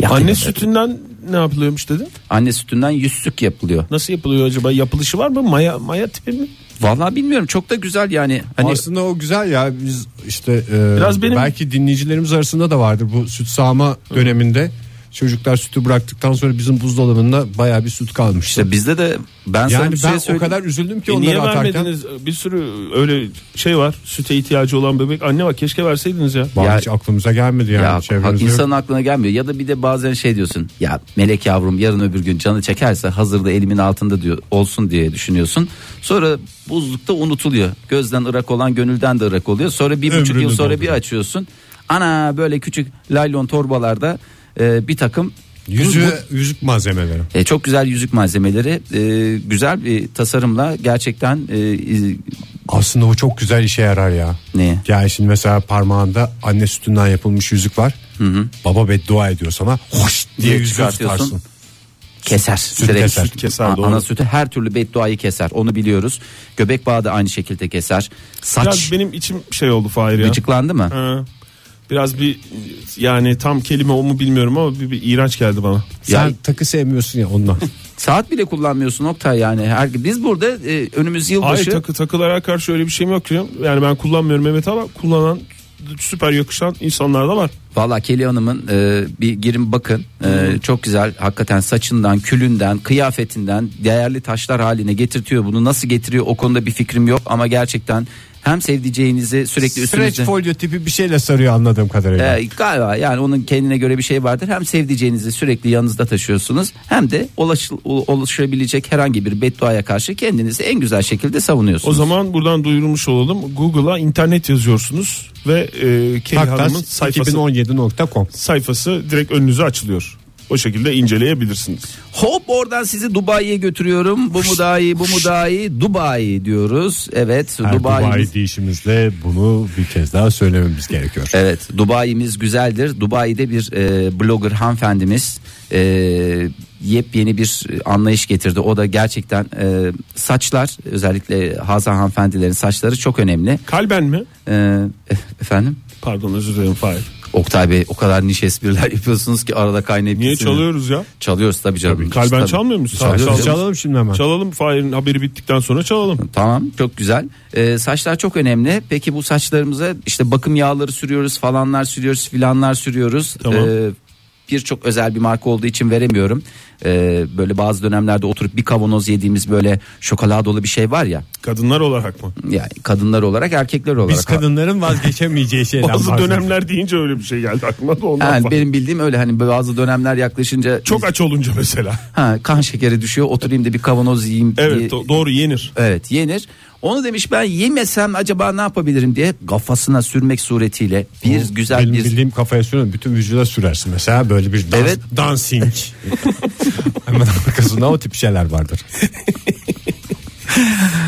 D: Yakıyorlar.
E: Anne sütünden ne yapılıyormuş dedin?
D: Anne sütünden yüzsük yapılıyor.
E: Nasıl yapılıyor acaba? Yapılışı var mı? Maya maya tipi mi?
D: Vallahi bilmiyorum çok da güzel yani hani
C: Aslında o güzel ya biz işte e,
E: Biraz benim-
C: belki dinleyicilerimiz arasında da vardır bu süt sağma döneminde çocuklar sütü bıraktıktan sonra bizim buzdolabında baya bir süt kalmıştı.
D: işte bizde de ben sana
C: yani
D: bir şey
C: ben o
D: söyleyeyim.
C: kadar üzüldüm ki
E: E niye
C: onları atarken.
E: vermediniz? Bir sürü öyle şey var. Süte ihtiyacı olan bebek. Anne var keşke verseydiniz ya.
C: Vallahi
D: Ya-
C: hiç aklımıza gelmedi yani
D: Ya
C: çevremizde. yok.
D: insanın aklına gelmiyor ya da bir de bazen şey diyorsun ya melek yavrum yarın öbür gün canı çekerse hazırda elimin altında diyor olsun diye düşünüyorsun. Sonra buzlukta unutuluyor gözden ırak olan gönülden de ırak oluyor sonra bir buçuk
C: Ömrünü
D: yıl sonra bir
C: dolduruyor.
D: açıyorsun ana böyle küçük laylon torbalarda e, bir takım
C: Yüzüğü, yüzük malzemeleri.
D: e, çok güzel yüzük malzemeleri e, güzel bir tasarımla gerçekten e, iz-
C: Aslında o çok güzel işe yarar ya.
D: Neye?
C: Yani şimdi mesela parmağında anne sütünden yapılmış yüzük var. Baba beddua ediyor sana. Hoş diye
D: Diye
C: yüzüğü
D: çıkartıyorsun.
C: tutarsın.
D: keser. Direkt
C: keser.
D: süt
E: Keser,
D: A-
E: doğru.
D: ana sütü her türlü bedduayı keser. Onu biliyoruz. Göbek bağı da aynı şekilde keser. Saç
E: Biraz benim içim şey oldu Fahir ya.
D: Gıcıklandı mı?
E: Ha. Biraz bir yani tam kelime o mu bilmiyorum ama bir, bir iğrenç geldi bana.
C: Sen
D: Ya-
C: takı sevmiyorsun ya ondan.
D: Saat bile kullanmıyorsun Oktay yani. Her, biz burada e, önümüz
E: Ay
D: yılbaşı.
E: takı takılara karşı öyle bir şeyim yok diyorum. Yani ben kullanmıyorum Mehmet ama kullanan süper yakışan insanlar da var.
D: Valla Kelly Hanım'ın e, bir girin bakın. E, çok güzel. Hakikaten saçından, külünden, kıyafetinden değerli taşlar haline getirtiyor. Bunu nasıl getiriyor o konuda bir fikrim yok ama gerçekten Hem sevdiceğinizi sürekli
C: Streç
D: üstünüzde...
C: folyo tipi bir şeyle sarıyor anladığım kadarıyla.
D: Ee, galiba yani onun kendine göre bir şey vardır. Hem sevdiceğinizi sürekli yanınızda taşıyorsunuz hem de ulaşıl- u- oluşabilecek herhangi bir bedduaya karşı kendinizi en güzel şekilde
E: O
D: savunuyorsunuz.
E: zaman buradan duyurmuş olalım. Google'a internet yazıyorsunuz ve e, Kelly Hanım'ın
C: Taktas
E: sayfası,
C: 2017.com
E: sayfası direkt önünüze açılıyor. O şekilde inceleyebilirsiniz.
D: Hop oradan sizi Dubai'ye götürüyorum. Bu mu daha iyi, bu mu daha iyi? Dubai diyoruz. Evet,
C: Her Dubai,
D: Dubai.
C: deyişimizle bunu bir kez daha söylememiz gerekiyor.
D: Evet Dubai'miz güzeldir. Dubai'de bir e, blogger hanımefendimiz e, yepyeni bir anlayış getirdi. O da gerçekten e, saçlar özellikle Hazan hanımefendilerin saçları çok önemli.
E: Kalben mi?
D: E, e- efendim
E: Pardon özür dilerim Fahir.
D: Oktay Bey o kadar niş espriler yapıyorsunuz ki arada kaynayıp
E: Niye
D: gitsin.
E: çalıyoruz ya?
D: Çalıyoruz tabii canım.
E: Kalben
D: Tabii.
E: çalmıyor musun?
D: Çalıyoruz.
E: Çalalım.
C: Çalalım şimdi hemen.
E: Çalalım Fahir'in haberi bittikten sonra çalalım.
D: Tamam çok güzel. Ee, saçlar çok önemli. Peki bu saçlarımıza işte bakım yağları sürüyoruz falanlar sürüyoruz filanlar sürüyoruz.
E: Tamam.
D: Ee, Birçok özel bir marka olduğu için veremiyorum. Ee, böyle bazı dönemlerde oturup bir kavanoz yediğimiz böyle şokoladolu bir şey var ya.
E: Kadınlar olarak mı?
D: Yani kadınlar olarak erkekler olarak.
C: Biz kadınların vazgeçemeyeceği şeyler.
E: Bazı dönemler deyince öyle bir şey geldi aklıma da ondan
D: Yani
E: Fahir.
D: benim bildiğim öyle hani bazı dönemler yaklaşınca
E: Çok aç olunca mesela.
D: ha, kan şekeri düşüyor oturayım da bir kavanoz yiyeyim diye-
E: Evet do- doğru yenir.
D: Evet yenir. Onu demiş ben yemesem acaba ne yapabilirim diye kafasına sürmek suretiyle bir güzel
C: Benim
D: bir
C: bildiğim kafaya sürüyorum. Bütün vücuda sürersin mesela böyle bir dans,
D: Evet.
C: dancing. Hemen arkasında o tip şeyler vardır.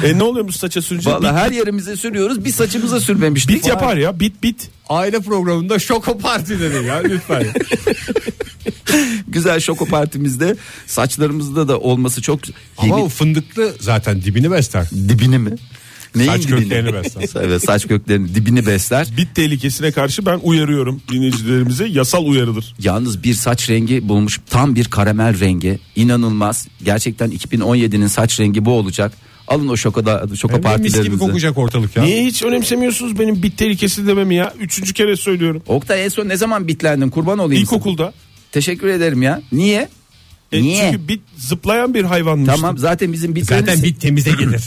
E: E ne oluyor bu saça sürünce?
D: Vallahi
E: Bit-
D: her yerimize sürüyoruz. Bir saçımıza sürmemiştik.
E: Bit yapar ya bit bit.
C: Aile programında şoko parti dedi ya lütfen.
D: Güzel şoko partimizde saçlarımızda da olması çok
C: Ama
D: Yemin-
C: o fındıklı zaten dibini besler.
D: dibini mi? Neyin
C: Saç
D: dibini?
C: köklerini besler.
D: evet, saç köklerini dibini besler.
E: Bit tehlikesine karşı ben uyarıyorum dinleyicilerimize yasal uyarıdır.
D: Yalnız bir saç rengi bulmuş. Tam bir karamel rengi. İnanılmaz. Gerçekten 2017'nin saç rengi bu olacak. Alın o şokoda şoko
C: Hem de mis gibi
D: partilerinizi.
C: kokacak ortalık ya.
E: Niye hiç önemsemiyorsunuz benim bit tehlikesi dememi ya? Üçüncü kere söylüyorum.
D: Oktay en son ne zaman bitlendin kurban olayım. sana.
E: İlkokulda.
D: Teşekkür ederim ya. Niye?
E: E,
D: Niye?
E: Çünkü bit zıplayan bir hayvanmış.
D: Tamam zaten bizim bitlerimiz
C: Zaten bit temize gelir.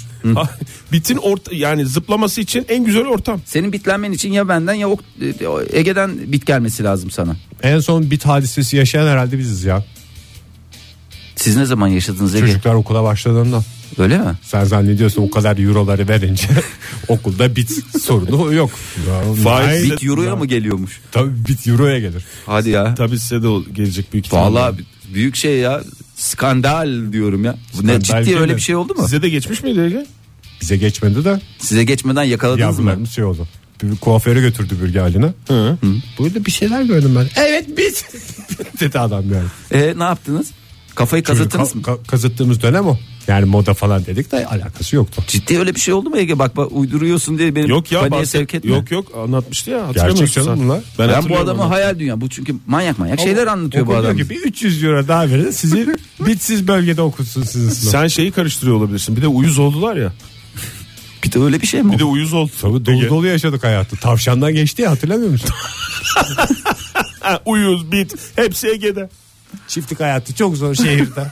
E: Bitin orta yani zıplaması için en güzel ortam.
D: senin bitlenmen için ya benden ya Ok- e, Ege'den bit gelmesi lazım sana.
C: en son bit hadisesi yaşayan herhalde biziz ya.
D: Siz ne zaman yaşadınız Ege?
C: Çocuklar okula başladığında.
D: Öyle mi?
C: Sen zannediyorsun o kadar euroları verince okulda bit sorunu yok.
E: Faiz-
C: Hayır,
D: Bit euroya mı geliyormuş?
C: Tabii bit euroya gelir.
D: Hadi ya.
E: Tabii size de o- gelecek büyük ihtimalle.
D: Vallahi büyük şey ya. Skandal diyorum ya. Bu Ne
C: Skandal
D: ciddi
C: değil
D: öyle
C: mi?
D: bir şey oldu mu?
E: Size de geçmiş miydi Ege?
C: Bize geçmedi de
D: Size geçmeden yakaladınız mı?
C: yavrularımız şey oldu. Bir kuaföre götürdü Bülge Alin'i. Burada bir şeyler gördüm ben. Evet bit dedi adam yani.
D: E ne yaptınız? Kafayı kazıttınız
C: Ka-
D: mı?
C: ka- kazıttığımız dönem o. Yani moda falan dedik de alakası yoktu.
D: Ciddi öyle bir şey oldu mu Ege? Bak bak uyduruyorsun diye beni
E: Yok ya
D: paniğe
E: bahset-
D: sevk etme.
E: Yok yok anlatmıştı ya
C: Gerçek
E: hatırlamıyorsun
C: canım
E: sen.
C: bunlar.
E: Ben,
D: Ben bu
E: hatırlıyorum
D: adamı
E: onu.
D: hayal dünya. Bu çünkü manyak manyak şeyler anlatıyor bu
C: Okul diyor
D: adam.
C: ki bir 300 euro daha verin sizi bitsiz bölgede okutsun sizin sınıf.
E: Sen şeyi karıştırıyor olabilirsin. Bir de uyuz oldular ya.
D: Bir de öyle bir şey mi?
E: Bir de uyuz oldu.
C: Tabii dolu
E: Ege.
C: dolu yaşadık hayatı. Tavşandan geçti ya hatırlamıyor musun?
E: Ha, uyuz bit hepsi Ege'de.
C: Çiftlik hayatı çok zor şehirde.